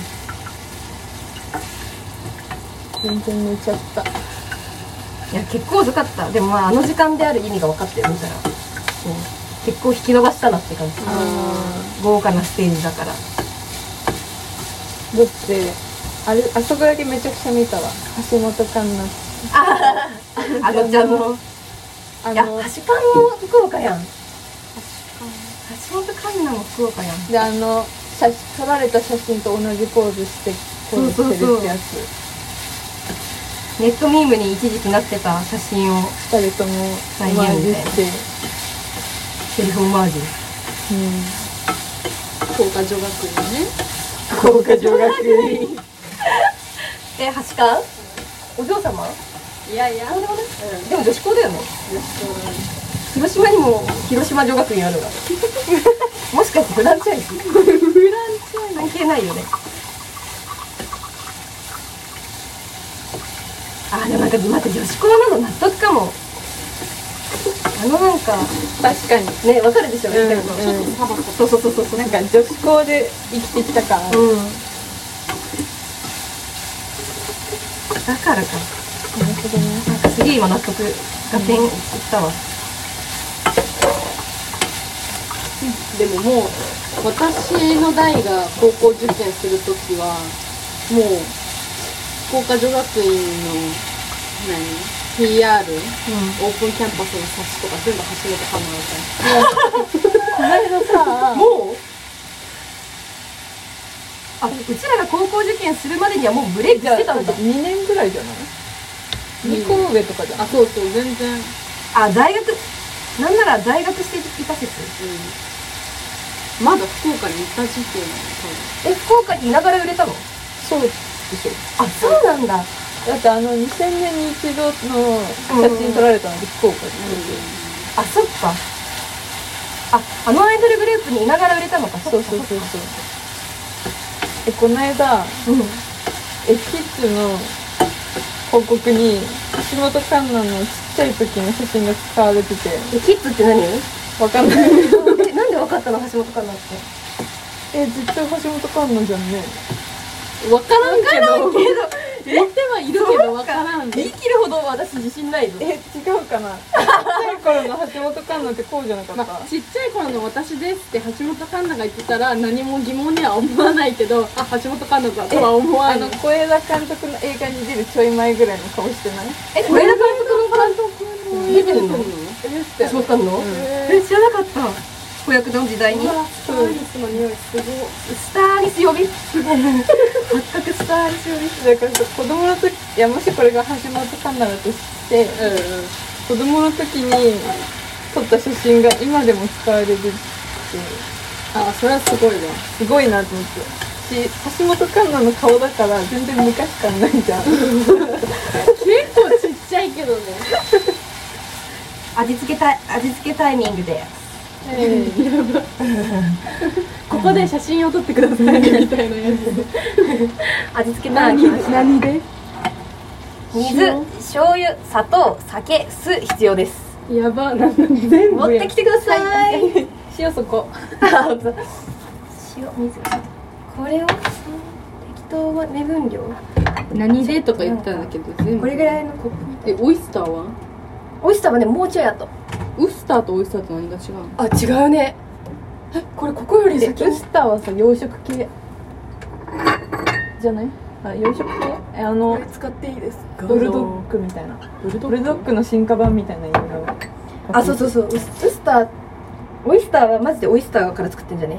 Speaker 1: 全然寝ちゃった
Speaker 2: いや結構遅かったでもまああの時間である意味が分かってるみたいな結構引き伸ばしたなって感じ豪華なステージだから
Speaker 1: だってあれあそこだけめちゃくちゃ見たわ橋本環奈
Speaker 2: あのちゃんの
Speaker 1: あ
Speaker 2: いや
Speaker 1: の
Speaker 2: 橋パンも福岡やん橋本環奈も福岡やん
Speaker 1: であの写真撮られた写真と同じポーズしてポーズしてるってやつ
Speaker 2: ネットミームに一時期なってた写真を
Speaker 1: 二人ともオマージュして
Speaker 2: セリフオマージュ
Speaker 3: 福岡女学院ね
Speaker 1: 福岡女学院
Speaker 2: え橋かお嬢様
Speaker 3: いやいや
Speaker 2: でも女子校だよね広島にも広島女学院あ るわもしかしてフランチャイズフランチャイズ関係ないよねあでもなんか待って女子校なの納得かもあのなんか
Speaker 1: 確かに
Speaker 2: ねわかるでしょ、言ってること
Speaker 1: うんうん
Speaker 3: サバコ
Speaker 2: そうそうそうそうそう
Speaker 1: なんか女子校で生きてきたから、
Speaker 2: うんだからか
Speaker 1: なるほどね
Speaker 2: なんかすげえ今納得が点いったわ、
Speaker 3: でももう私の代が高校受験するときはもう福岡女学院の何 PR オープンキャンパスの冊子とか全部橋本環奈だっ
Speaker 1: さあ
Speaker 2: もうあうちらが高校受験するまでにはもうブレイク
Speaker 1: じゃ
Speaker 2: して
Speaker 1: あ
Speaker 2: たんだ
Speaker 1: 2年ぐらいじゃない2個上とかじゃ
Speaker 3: たあ
Speaker 1: ない
Speaker 3: そうそう全然うん
Speaker 2: あ大学なんなら大学していた説
Speaker 3: まだ福岡にいた時期な
Speaker 2: え福岡にいながら売れたの
Speaker 1: そうでしょ
Speaker 2: あそうなんだ
Speaker 1: だってあの2000年に一度の写真撮られたので福岡で
Speaker 2: あそっかああのアイドルグループにいながら売れたのか
Speaker 1: そうそうそうそうえこの間
Speaker 2: うん
Speaker 1: えキッズの報告に橋本環奈のちっちゃい時の写真が使われてて
Speaker 2: えキッズって何
Speaker 1: わかんない
Speaker 2: えなんで分かったの橋本環奈って
Speaker 1: え絶対橋本環奈じゃんね
Speaker 3: の分からんけど
Speaker 2: けど
Speaker 3: 言ってはいるけど分からん
Speaker 2: 言い切るほど私自信ないぞ
Speaker 1: え違う かなちっちゃい頃の橋本環奈ってこうじゃなかった、
Speaker 3: まあ、ちっちゃい頃の私ですって橋本環奈が言ってたら何も疑問には思わないけどあ橋本環奈だとは思わ
Speaker 1: あ
Speaker 3: な
Speaker 1: の
Speaker 3: い
Speaker 1: 小枝監督の映画に出るちょい前ぐらいの顔してない
Speaker 2: えこれが監督の監
Speaker 3: 出てるの
Speaker 1: えです
Speaker 2: 橋本環奈の、え知らなかった子役の時代に
Speaker 3: ストーリスの匂いすごい
Speaker 2: スターリス呼 びすごい発覚スターリス呼び
Speaker 1: だからさ子供の時いやもしこれが橋本環奈だとして、
Speaker 3: う
Speaker 1: 子供の時に撮った写真が今でも使われるって
Speaker 3: ん、あそれはすごいわ
Speaker 1: すごいなと思ってし橋本環奈の顔だから全然昔感ないじゃん
Speaker 3: 結構ちっちゃいけどね
Speaker 2: 味付けた味付けタイミングで
Speaker 3: ここで写真を撮ってくださいみたいなやつ
Speaker 2: 味付けタイミング
Speaker 3: 何で
Speaker 2: 水醤油砂糖酒酢必要です
Speaker 3: やばなんか全
Speaker 2: 持
Speaker 3: 部
Speaker 2: っ
Speaker 3: や
Speaker 2: てきてください
Speaker 1: 塩そこ
Speaker 2: 塩水これを適当は目分量
Speaker 3: 何 でとか言ったんだけど全部
Speaker 2: これぐらいのコップ
Speaker 3: えオイスターは
Speaker 2: オイスターはねもうちょいあと
Speaker 3: ウスターとオイスターと何が違うの
Speaker 2: あ違うねえこれここより
Speaker 1: でウスターはさ洋食系じゃないあ洋食系えあの
Speaker 2: 使っていいですか
Speaker 1: ブルドッグみたいな
Speaker 3: ブルド
Speaker 1: ブルドッグの進化版みたいな映画
Speaker 2: あそうそうそうウスウスターオイスターはマジでオイスターから作ってんじゃね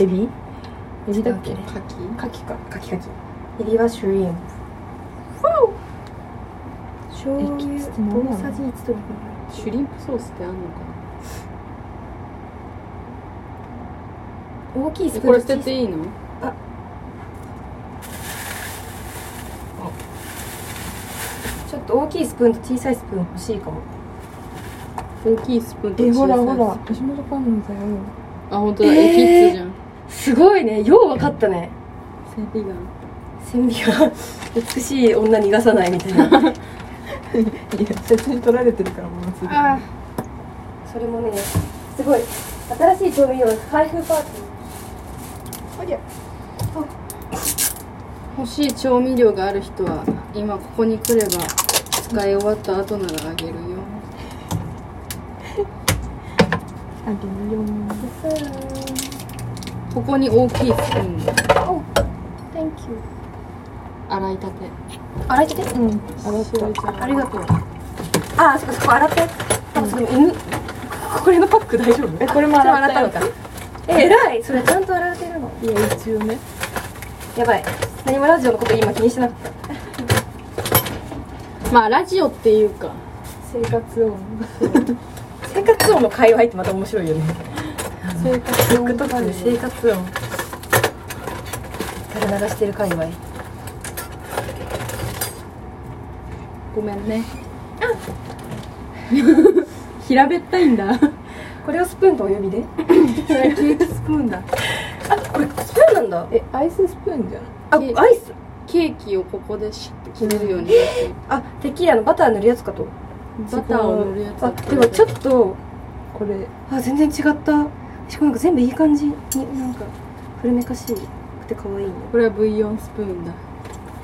Speaker 1: エビエビだっ
Speaker 2: 違
Speaker 1: け
Speaker 2: うっ
Speaker 3: カキ
Speaker 1: カキか
Speaker 2: カキカキエビはシュリン醤油
Speaker 1: エキスって何なの
Speaker 2: 大さじ1と2
Speaker 3: シュリンプソースってあんのかな
Speaker 2: 大きいスプーン
Speaker 3: これ捨てていいの
Speaker 2: ちょっと大きいスプーンと小さいスプーン欲しいかも
Speaker 3: 大きいスプーンと
Speaker 1: え
Speaker 3: 小さ
Speaker 1: ほ
Speaker 3: い
Speaker 1: ら
Speaker 3: やつ
Speaker 1: ほら橋本環奈だよ
Speaker 3: あ本当だ、
Speaker 2: えー
Speaker 3: えキッズじゃん
Speaker 2: すごいねよう分かったね
Speaker 3: セビガン
Speaker 2: 線美が美しい女逃がさないみたい ない
Speaker 1: や写真撮られてるからもうすぐ
Speaker 2: それもねすごい新しい調味料開封パーティーありゃ
Speaker 3: 欲しい調味料がある人は今ここに来れば使い終わった後ならあげるよ
Speaker 1: あげるよ
Speaker 3: ここに大きいスプーンが
Speaker 2: あ
Speaker 3: 洗いたて
Speaker 2: 洗いたて
Speaker 1: うん洗った
Speaker 2: ありがとうああそこそこ洗ってあその犬これのパック大丈夫
Speaker 1: えこれも洗った
Speaker 2: 洗ったのかえ偉いそれちゃんと洗ってるの
Speaker 1: いや一応ね
Speaker 2: やばい何もラジオのこと今気にしてなかった
Speaker 3: まあラジオっていうか
Speaker 1: 生活音
Speaker 2: 生活音の会話ってまた面白いよね
Speaker 1: 生活音
Speaker 2: TikTok で生活音垂れ流してる界隈
Speaker 3: ごめんね平べったいんだ
Speaker 2: これをスプーンとお指で
Speaker 1: それケーキスプーン
Speaker 2: あ
Speaker 1: だ
Speaker 2: これスプーンなんだ
Speaker 1: えアイススプーンじゃん
Speaker 2: あ
Speaker 3: え
Speaker 2: アイス
Speaker 3: ケーキをここでシュッて決めるようにやってる
Speaker 2: あテキーラのバター塗るやつかと
Speaker 3: バターを塗るやつ
Speaker 2: あでもちょっと
Speaker 1: これ
Speaker 2: あ全然違ったしかもなんか全部いい感じになんか古めかしくて可愛いね
Speaker 3: これはブイヨンスプーンだ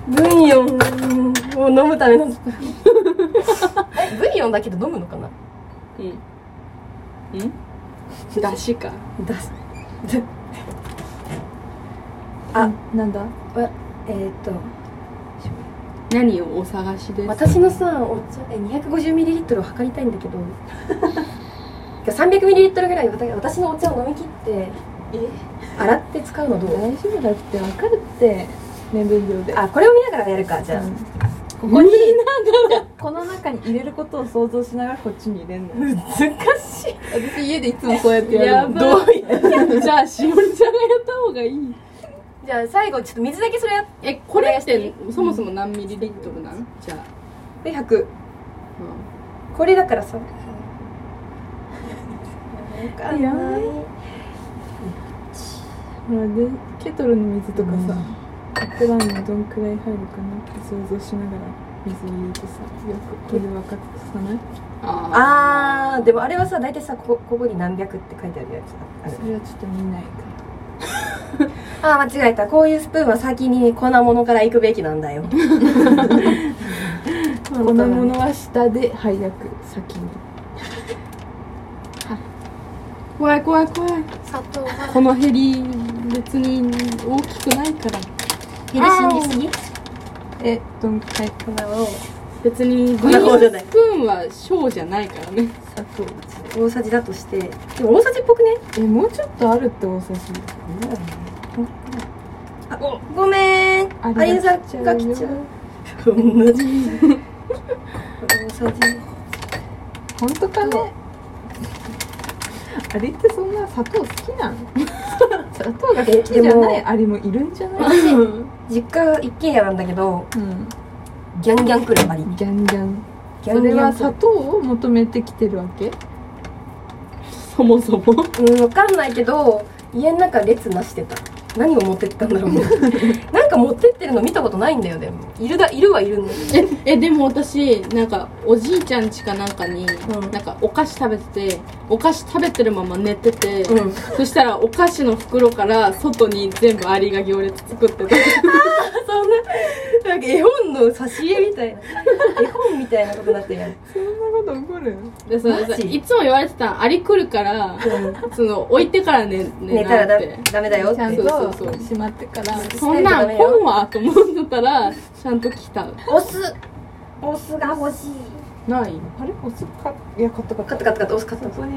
Speaker 2: ブイヨンを飲むためのスプーンブイヨンだけど飲むのかな
Speaker 3: うんうんだしか
Speaker 2: 出す
Speaker 1: あなんだ
Speaker 2: えー、っと
Speaker 3: 何をお探しです
Speaker 2: 私のさお茶え 250ml を測りたいんだ けど 300ml ぐらい私私のお茶を飲み切って洗って使うのどう
Speaker 1: 大丈夫だってわかるって目分量で
Speaker 2: あこれを見ながらやるかじゃあ、
Speaker 1: うん
Speaker 3: ここに
Speaker 1: この中に入れることを想像しながらこっちに入れんの
Speaker 2: 難しい
Speaker 3: 私家でいつもそうやってやるの
Speaker 2: やば
Speaker 3: どう じゃあしおりちゃんがやった方がいい
Speaker 2: じゃあ最後ちょっと水だけそれやっ
Speaker 3: えこれってそもそも何ミリリットルなんじゃあ、
Speaker 2: て100これだからさ
Speaker 1: かんないまあでケトルの水とかさカップラーメンどんくらい入るかなって想像しながら水入れてさよくこれ分かってさない
Speaker 2: あーで
Speaker 3: も
Speaker 2: もあれはさ大体さここここに何百って書いてあるやつある
Speaker 1: それはちょっと見ないから
Speaker 2: あー間違えたこういうスプーンは先に粉物から行くべきなんだよ
Speaker 1: 粉物は下で配役先に
Speaker 3: 怖い怖い怖い
Speaker 4: 砂糖が
Speaker 3: このヘリ別に大きくないから
Speaker 2: ヘルシンギすぎ
Speaker 1: えどんくらい
Speaker 2: 粉を
Speaker 3: 別に
Speaker 2: こんな方じゃない
Speaker 3: スプーンは小じゃないからね
Speaker 1: 砂糖
Speaker 2: 大さじだとしてでも大さじっぽくね
Speaker 1: えもうちょっとあるって大さじ
Speaker 2: あごめんあれが来ちゃう
Speaker 1: が来ちゃう
Speaker 2: よ同 じ大さじ
Speaker 1: 本当かねアリってそんな砂糖好き なの砂糖が好きじゃないアリもいるんじゃない
Speaker 2: 実家一軒家なんだけど
Speaker 1: うん
Speaker 2: ギャンギャン来るあり
Speaker 1: ギャンギャン
Speaker 2: ギ
Speaker 1: そ
Speaker 2: ャンギ
Speaker 1: れ
Speaker 2: ャ
Speaker 1: は
Speaker 2: ン来
Speaker 1: 砂
Speaker 2: る
Speaker 1: 糖を求めてきてるわけ
Speaker 3: そもそも
Speaker 2: うんわかんないけど家の中列なしてた何を持ってったん だろうなんか持ってってるの見たことないんだよでもいるだいるはいるんだよ
Speaker 3: え えでも私なんかおじいちゃん家かなんかに、
Speaker 2: うん
Speaker 3: なんかお菓子食べててお菓子食べてるまま寝てて、
Speaker 2: うん
Speaker 3: そしたらお菓子の袋から外に全部アリが行列作ってて
Speaker 2: そんななんか絵本の挿絵みたいな 絵本みたいなことになってるやん
Speaker 1: そんなこと起こる
Speaker 3: でその
Speaker 2: マジ
Speaker 3: いつも言われてたアリ来るからその置いてから寝寝
Speaker 2: 寝たら
Speaker 3: なっ
Speaker 2: ダ
Speaker 3: て
Speaker 2: ダメだよっ
Speaker 1: ちゃん
Speaker 2: て
Speaker 1: と
Speaker 3: そうそうそう
Speaker 1: しまってから
Speaker 3: そんなん本はと思ってたらちゃんと来た
Speaker 2: 押す
Speaker 4: お酢が欲しい
Speaker 3: ない
Speaker 1: あれお酢かいや買った買っ
Speaker 2: カットカット
Speaker 1: た
Speaker 2: カット押すカットカット
Speaker 1: こに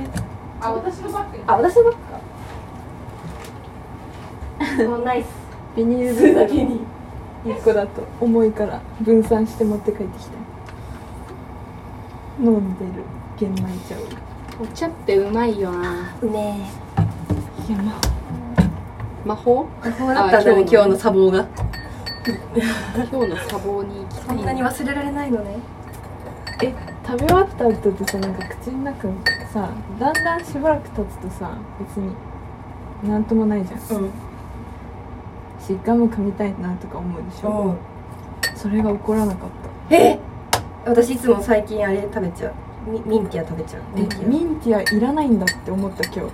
Speaker 3: あ私のバッグ
Speaker 2: あ私のバッグか
Speaker 4: もうナイス
Speaker 1: ビニール袋に1個だと重いから分散して持って帰ってきた飲んでる玄米茶を
Speaker 3: お茶ってうまいよな
Speaker 2: うね
Speaker 1: いやま
Speaker 3: 魔法
Speaker 2: えこうだったんだね
Speaker 3: あ
Speaker 2: 今日の砂防が
Speaker 3: 今日の砂防に行き
Speaker 2: こんな
Speaker 3: たい
Speaker 2: に忘れられないのね
Speaker 1: え食べ終わった後ってさなんか口の中さだんだんしばらく経つとさ別になんともないじゃんし
Speaker 2: うん
Speaker 1: ガム噛みたいなとか思うでしょそれが起こらなかった
Speaker 2: え私いつも最近あれ食べちゃうミミンティア食べちゃうミンテ
Speaker 1: え
Speaker 2: ィ
Speaker 1: ミンティアいらないんだって思った今日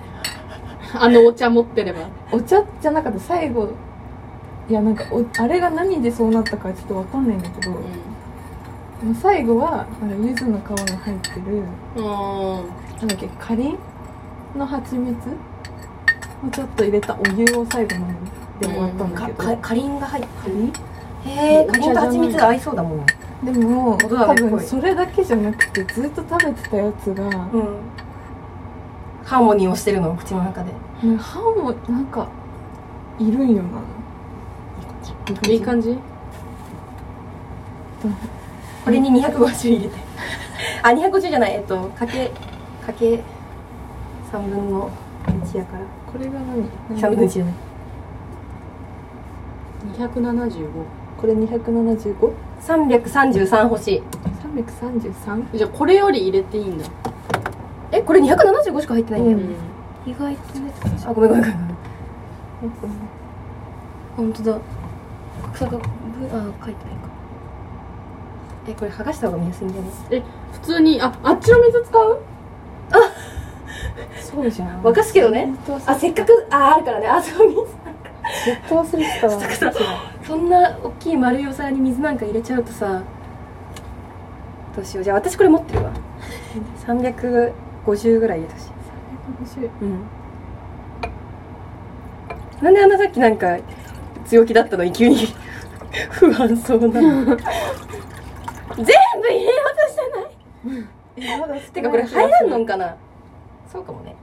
Speaker 3: あのお茶持ってれば
Speaker 1: お茶じゃなかった最後いやなんかおあれが何でそうなったかちょっとわかんないんだけど、
Speaker 3: う
Speaker 1: もう最後はあの柚子の皮が入ってる
Speaker 3: んうん
Speaker 1: なんだっけかりんの蜂蜜をちょっと入れたお湯を最後飲むで終わったんだ
Speaker 2: か
Speaker 1: けど、
Speaker 2: かかりんが入ってる
Speaker 1: う
Speaker 2: へえ
Speaker 1: ん
Speaker 2: かりんと蜂蜜合いそうだもん
Speaker 1: でも
Speaker 2: 音が
Speaker 1: 多
Speaker 2: ね濃
Speaker 1: 分
Speaker 2: い
Speaker 1: それだけじゃなくてずっと食べてたやつが、
Speaker 2: うんハーモニーをしてるの口の中で
Speaker 1: ね歯もなんかいるんよな。
Speaker 3: いい感じ
Speaker 2: これに250入れて あ250じゃないえっとかけかけ3分の1やから
Speaker 1: これが何？
Speaker 2: 3分の1じゃない
Speaker 3: 275
Speaker 1: これ二百七十五？
Speaker 2: 333欲しい
Speaker 1: 三百三十三？
Speaker 3: じゃあこれより入れていいんだ
Speaker 2: えこれ275しか入ってないんだよ、
Speaker 1: うん
Speaker 2: 意外とねあごめんごめんごめん本当だ格差がぶあ書いてないかえこれ剥がした方が見やすいんじゃない
Speaker 3: 普通にああっちの水使う
Speaker 1: そうじゃん。
Speaker 2: 沸かすけどね
Speaker 1: ずっと忘れ
Speaker 2: あせっかくああるからねあそう水
Speaker 1: ずっと忘れてたわ。
Speaker 2: そんな大きい丸いお皿に水なんか入れちゃうとさどうしようじゃあ私これ持ってる わ350ぐらい入れてほしいうんなんであんなさっきなんか強気だったのに急に 不安そうな全部入れようとしてないてかこれ入らんのんかなそうかもね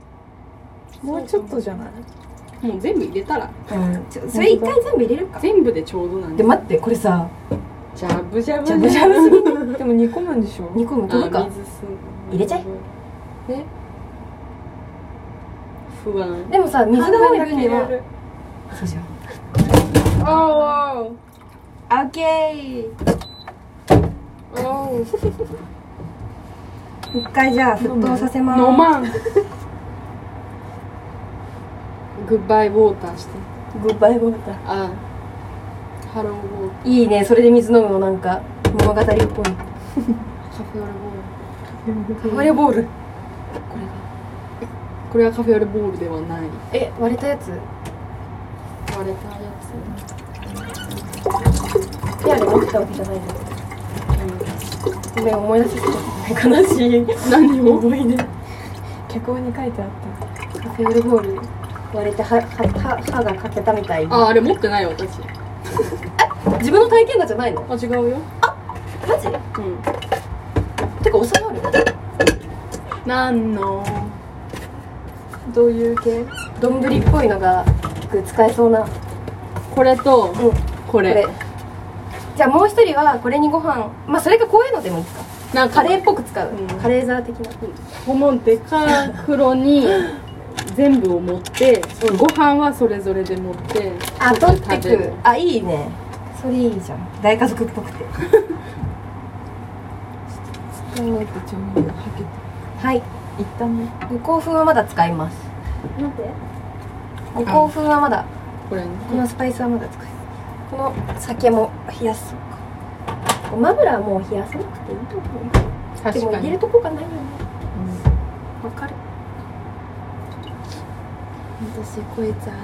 Speaker 1: もうちょっとじゃない？
Speaker 3: もう全部入れたら
Speaker 2: うんちょそれ一回全部入れるか
Speaker 3: 全部でちょうどなん
Speaker 2: で
Speaker 3: で
Speaker 2: 待ってこれさ
Speaker 3: じゃぶじゃぶ
Speaker 2: じ
Speaker 3: じ
Speaker 2: ゃ
Speaker 3: ゃ
Speaker 2: ぶじゃぶすぎる
Speaker 1: でも煮込むんでしょ？
Speaker 2: 煮込むと
Speaker 3: あ
Speaker 2: か
Speaker 3: 水す
Speaker 2: 入れちゃえ
Speaker 3: え不安
Speaker 2: でもさ水が多い分にはそうじゃん
Speaker 3: あー
Speaker 2: オッケー一回じゃあ沸騰させます
Speaker 3: 飲まんグッバイウォーターして
Speaker 2: グッバイボタン
Speaker 3: あハローウォータ
Speaker 2: いいねそれで水飲むのなんか物語っぽい
Speaker 3: ーカフェオレボ
Speaker 2: カフレボ
Speaker 3: ール
Speaker 2: ール
Speaker 3: これはカフェオレボールではない
Speaker 2: え割れたやつ
Speaker 3: 割れたやつ
Speaker 2: ペアで持ったわけじゃないのごめん思い出してきた悲しい
Speaker 3: 何を
Speaker 2: 思い出
Speaker 1: 脚本に書いてあった。
Speaker 2: カフェオレボール割れて歯歯歯歯が欠けたみたい
Speaker 3: ああれ持ってない私
Speaker 2: 自分の体験談じゃないの
Speaker 3: あ違うよ
Speaker 2: マジ
Speaker 3: うん
Speaker 2: てかお皿ある
Speaker 3: 何のどういう系
Speaker 2: 丼っぽいのがよく使えそうな
Speaker 3: これと、
Speaker 2: ん
Speaker 3: これ
Speaker 2: これじゃあもう一人はこれにご飯まあそれかこういうのでもいいか
Speaker 3: なんか
Speaker 2: カレーっぽく使う、
Speaker 3: うん
Speaker 2: カレー皿的な
Speaker 3: このデカ黒 に全部を持ってご飯はそれぞれで持って
Speaker 2: あ
Speaker 3: ちょ
Speaker 2: 取
Speaker 3: っ
Speaker 2: っ
Speaker 3: と
Speaker 2: て
Speaker 3: 食べ
Speaker 2: く
Speaker 3: る
Speaker 2: あいいねそれいいじゃん大家族っぽくて
Speaker 1: そうやって調味料かけて
Speaker 2: はい
Speaker 1: 一旦ね。
Speaker 2: ご興奮はまだ使います待ってご興奮はまだ
Speaker 3: これね
Speaker 2: このスパイスはまだ使えるこの酒も冷やそうかごま油はもう冷やさなくていいと思うで
Speaker 3: 確
Speaker 2: も
Speaker 3: か
Speaker 2: 入れ
Speaker 3: に
Speaker 2: るとこがないよねわ、かる
Speaker 1: 私こいつ洗い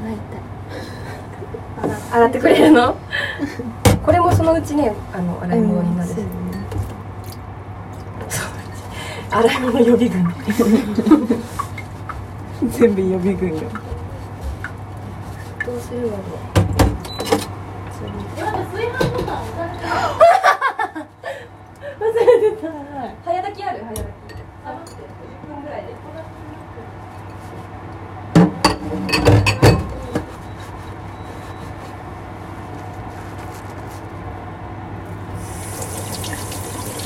Speaker 1: たい。
Speaker 2: 洗ってくれるのこれもそのうちねあの洗い物になる、
Speaker 1: うんそうね
Speaker 2: 洗い物予備軍
Speaker 1: 全部予備軍よ。
Speaker 2: どうするわも早炊きある早炊き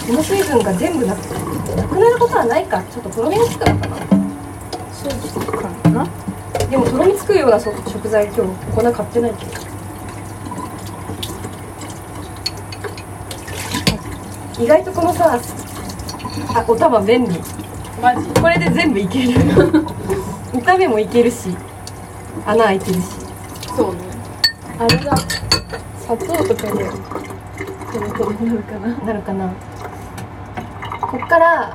Speaker 2: この水分が全部なくなくなることはないかちょっととろみがつくのかな
Speaker 1: そうかな。
Speaker 2: でもとろみつくようなそ食材今日粉買ってないけど意外とこのさあお玉便利
Speaker 3: マジ
Speaker 2: これで全部いける 炒めもいけるし穴開いてるし
Speaker 3: そうね
Speaker 1: あれだ。砂糖とかで。トロトロになるかな。
Speaker 2: なるかなこっから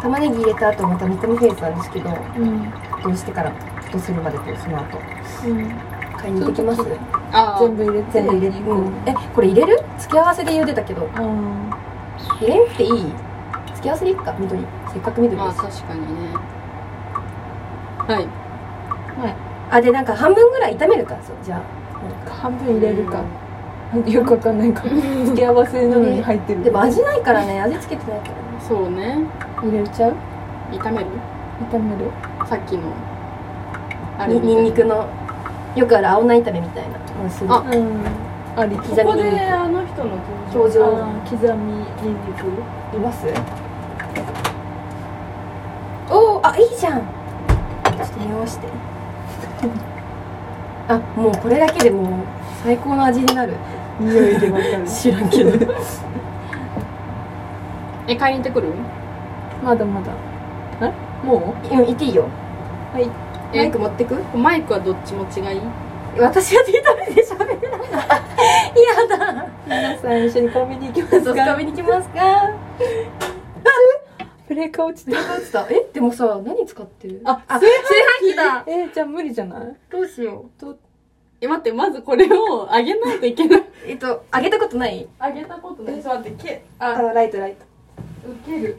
Speaker 2: 玉ねぎ入れた後また煮込みフェーズなんですけど
Speaker 1: うん。
Speaker 2: 沸騰してから沸騰するまでとその後
Speaker 1: うん。
Speaker 2: 買いに行ってきます
Speaker 3: あ
Speaker 1: 全部入れて。
Speaker 2: 全部入れる、うんえこれ入れる付け合わせで茹でたけど
Speaker 1: うん。
Speaker 2: 入れんくていい付け合わせでいいか緑せっかく緑です、
Speaker 3: まあ確かにねはい
Speaker 2: あでなんか半分ぐらい炒めるからそうじゃあ
Speaker 1: 半分入れるかなんかよくわかんないか付け合わせなのに入ってる
Speaker 2: でも味ないからね味付けてないからね
Speaker 3: そうね
Speaker 1: 入れちゃう
Speaker 3: 炒める
Speaker 1: 炒める
Speaker 3: さっきのあ
Speaker 2: ににんにくのよくある青菜炒めみたいなのをする
Speaker 3: あ
Speaker 1: うんあり刻
Speaker 3: こ
Speaker 1: み
Speaker 3: こであの人の
Speaker 2: 登場
Speaker 1: あー刻みニンニク
Speaker 2: いますおおあいいじゃんちょっと匂わして あもうこれだけでもう最高の味になる
Speaker 1: 匂いでわかる
Speaker 2: 知らんけ ど
Speaker 3: え買いに行ってくる
Speaker 1: まだまだえも
Speaker 2: 今いっていいよマイ
Speaker 3: え
Speaker 2: ク持ってく
Speaker 3: マイクはどっち持ちがいい
Speaker 2: 私は手取りで喋れないな嫌だ
Speaker 1: う皆さん一緒にコンビニ行きま
Speaker 2: ちょっ
Speaker 1: す
Speaker 2: と
Speaker 1: か
Speaker 2: 深めに来ますか
Speaker 1: ブレーカー落ちてる
Speaker 2: 使ってたえでもさ何使ってる
Speaker 3: あ炊飯器だ
Speaker 1: えーじゃあ無理じゃない
Speaker 2: どうしよう
Speaker 3: え待ってまずこれをあげないといけ ない
Speaker 2: えっとあげたことない
Speaker 3: あげたことないちょっと待ってけ
Speaker 2: あ
Speaker 3: あ
Speaker 2: のライトライト
Speaker 3: 受ける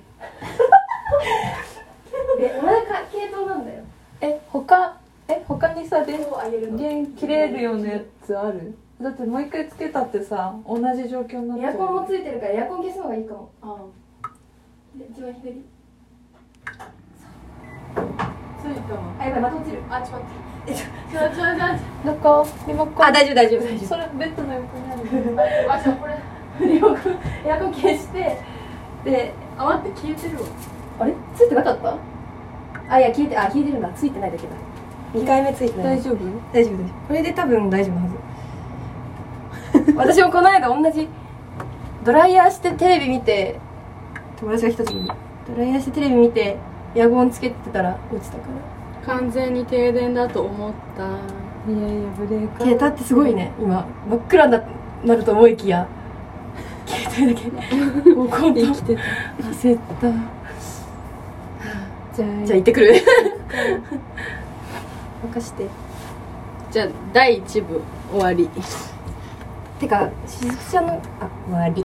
Speaker 4: え、お前か系統なんだよ。
Speaker 1: え他え他にさ電
Speaker 4: こうあげるの。
Speaker 1: 源切れるようなやつあるだってもう一回つけたってさ同じ状況になっち
Speaker 4: エ
Speaker 1: ゃ
Speaker 4: ア
Speaker 1: う
Speaker 4: コンもついてるからエアコン消すのがいいかも。
Speaker 3: あ
Speaker 4: で一番左。
Speaker 3: ついたわ
Speaker 4: あ、やばい、また落ちる。
Speaker 3: あちょっと待ってちょちょちょ
Speaker 1: どこリモコン
Speaker 2: あ大丈夫大丈夫大丈
Speaker 1: それベッドの横にある
Speaker 3: あ、じゃあこれ
Speaker 4: エアコン、エアコン消して。で、
Speaker 3: あ、待って消えてるわ
Speaker 4: あれついてなかった
Speaker 2: 夫あいや消えてあ消えてるんだついてないだけだ2回目ついてない
Speaker 1: 大丈夫
Speaker 2: 大丈夫大丈夫これで多分大丈夫なはず 私もこの間同じドライヤーしてテレビ見て友達が来た時にドライヤーしてテレビ見てエアコンつけてたら落ちたから
Speaker 3: 完全に停電だと思った
Speaker 1: いやいやブレーカー
Speaker 2: 消えたってすごいね今真っ暗にななると思いき や携帯だ けもう今度
Speaker 1: 生きてた
Speaker 2: 焦った
Speaker 1: じゃあ
Speaker 2: じゃあ行ってくる任して
Speaker 3: じゃあ第一部終わり
Speaker 2: てかしずくちゃんのあ終わり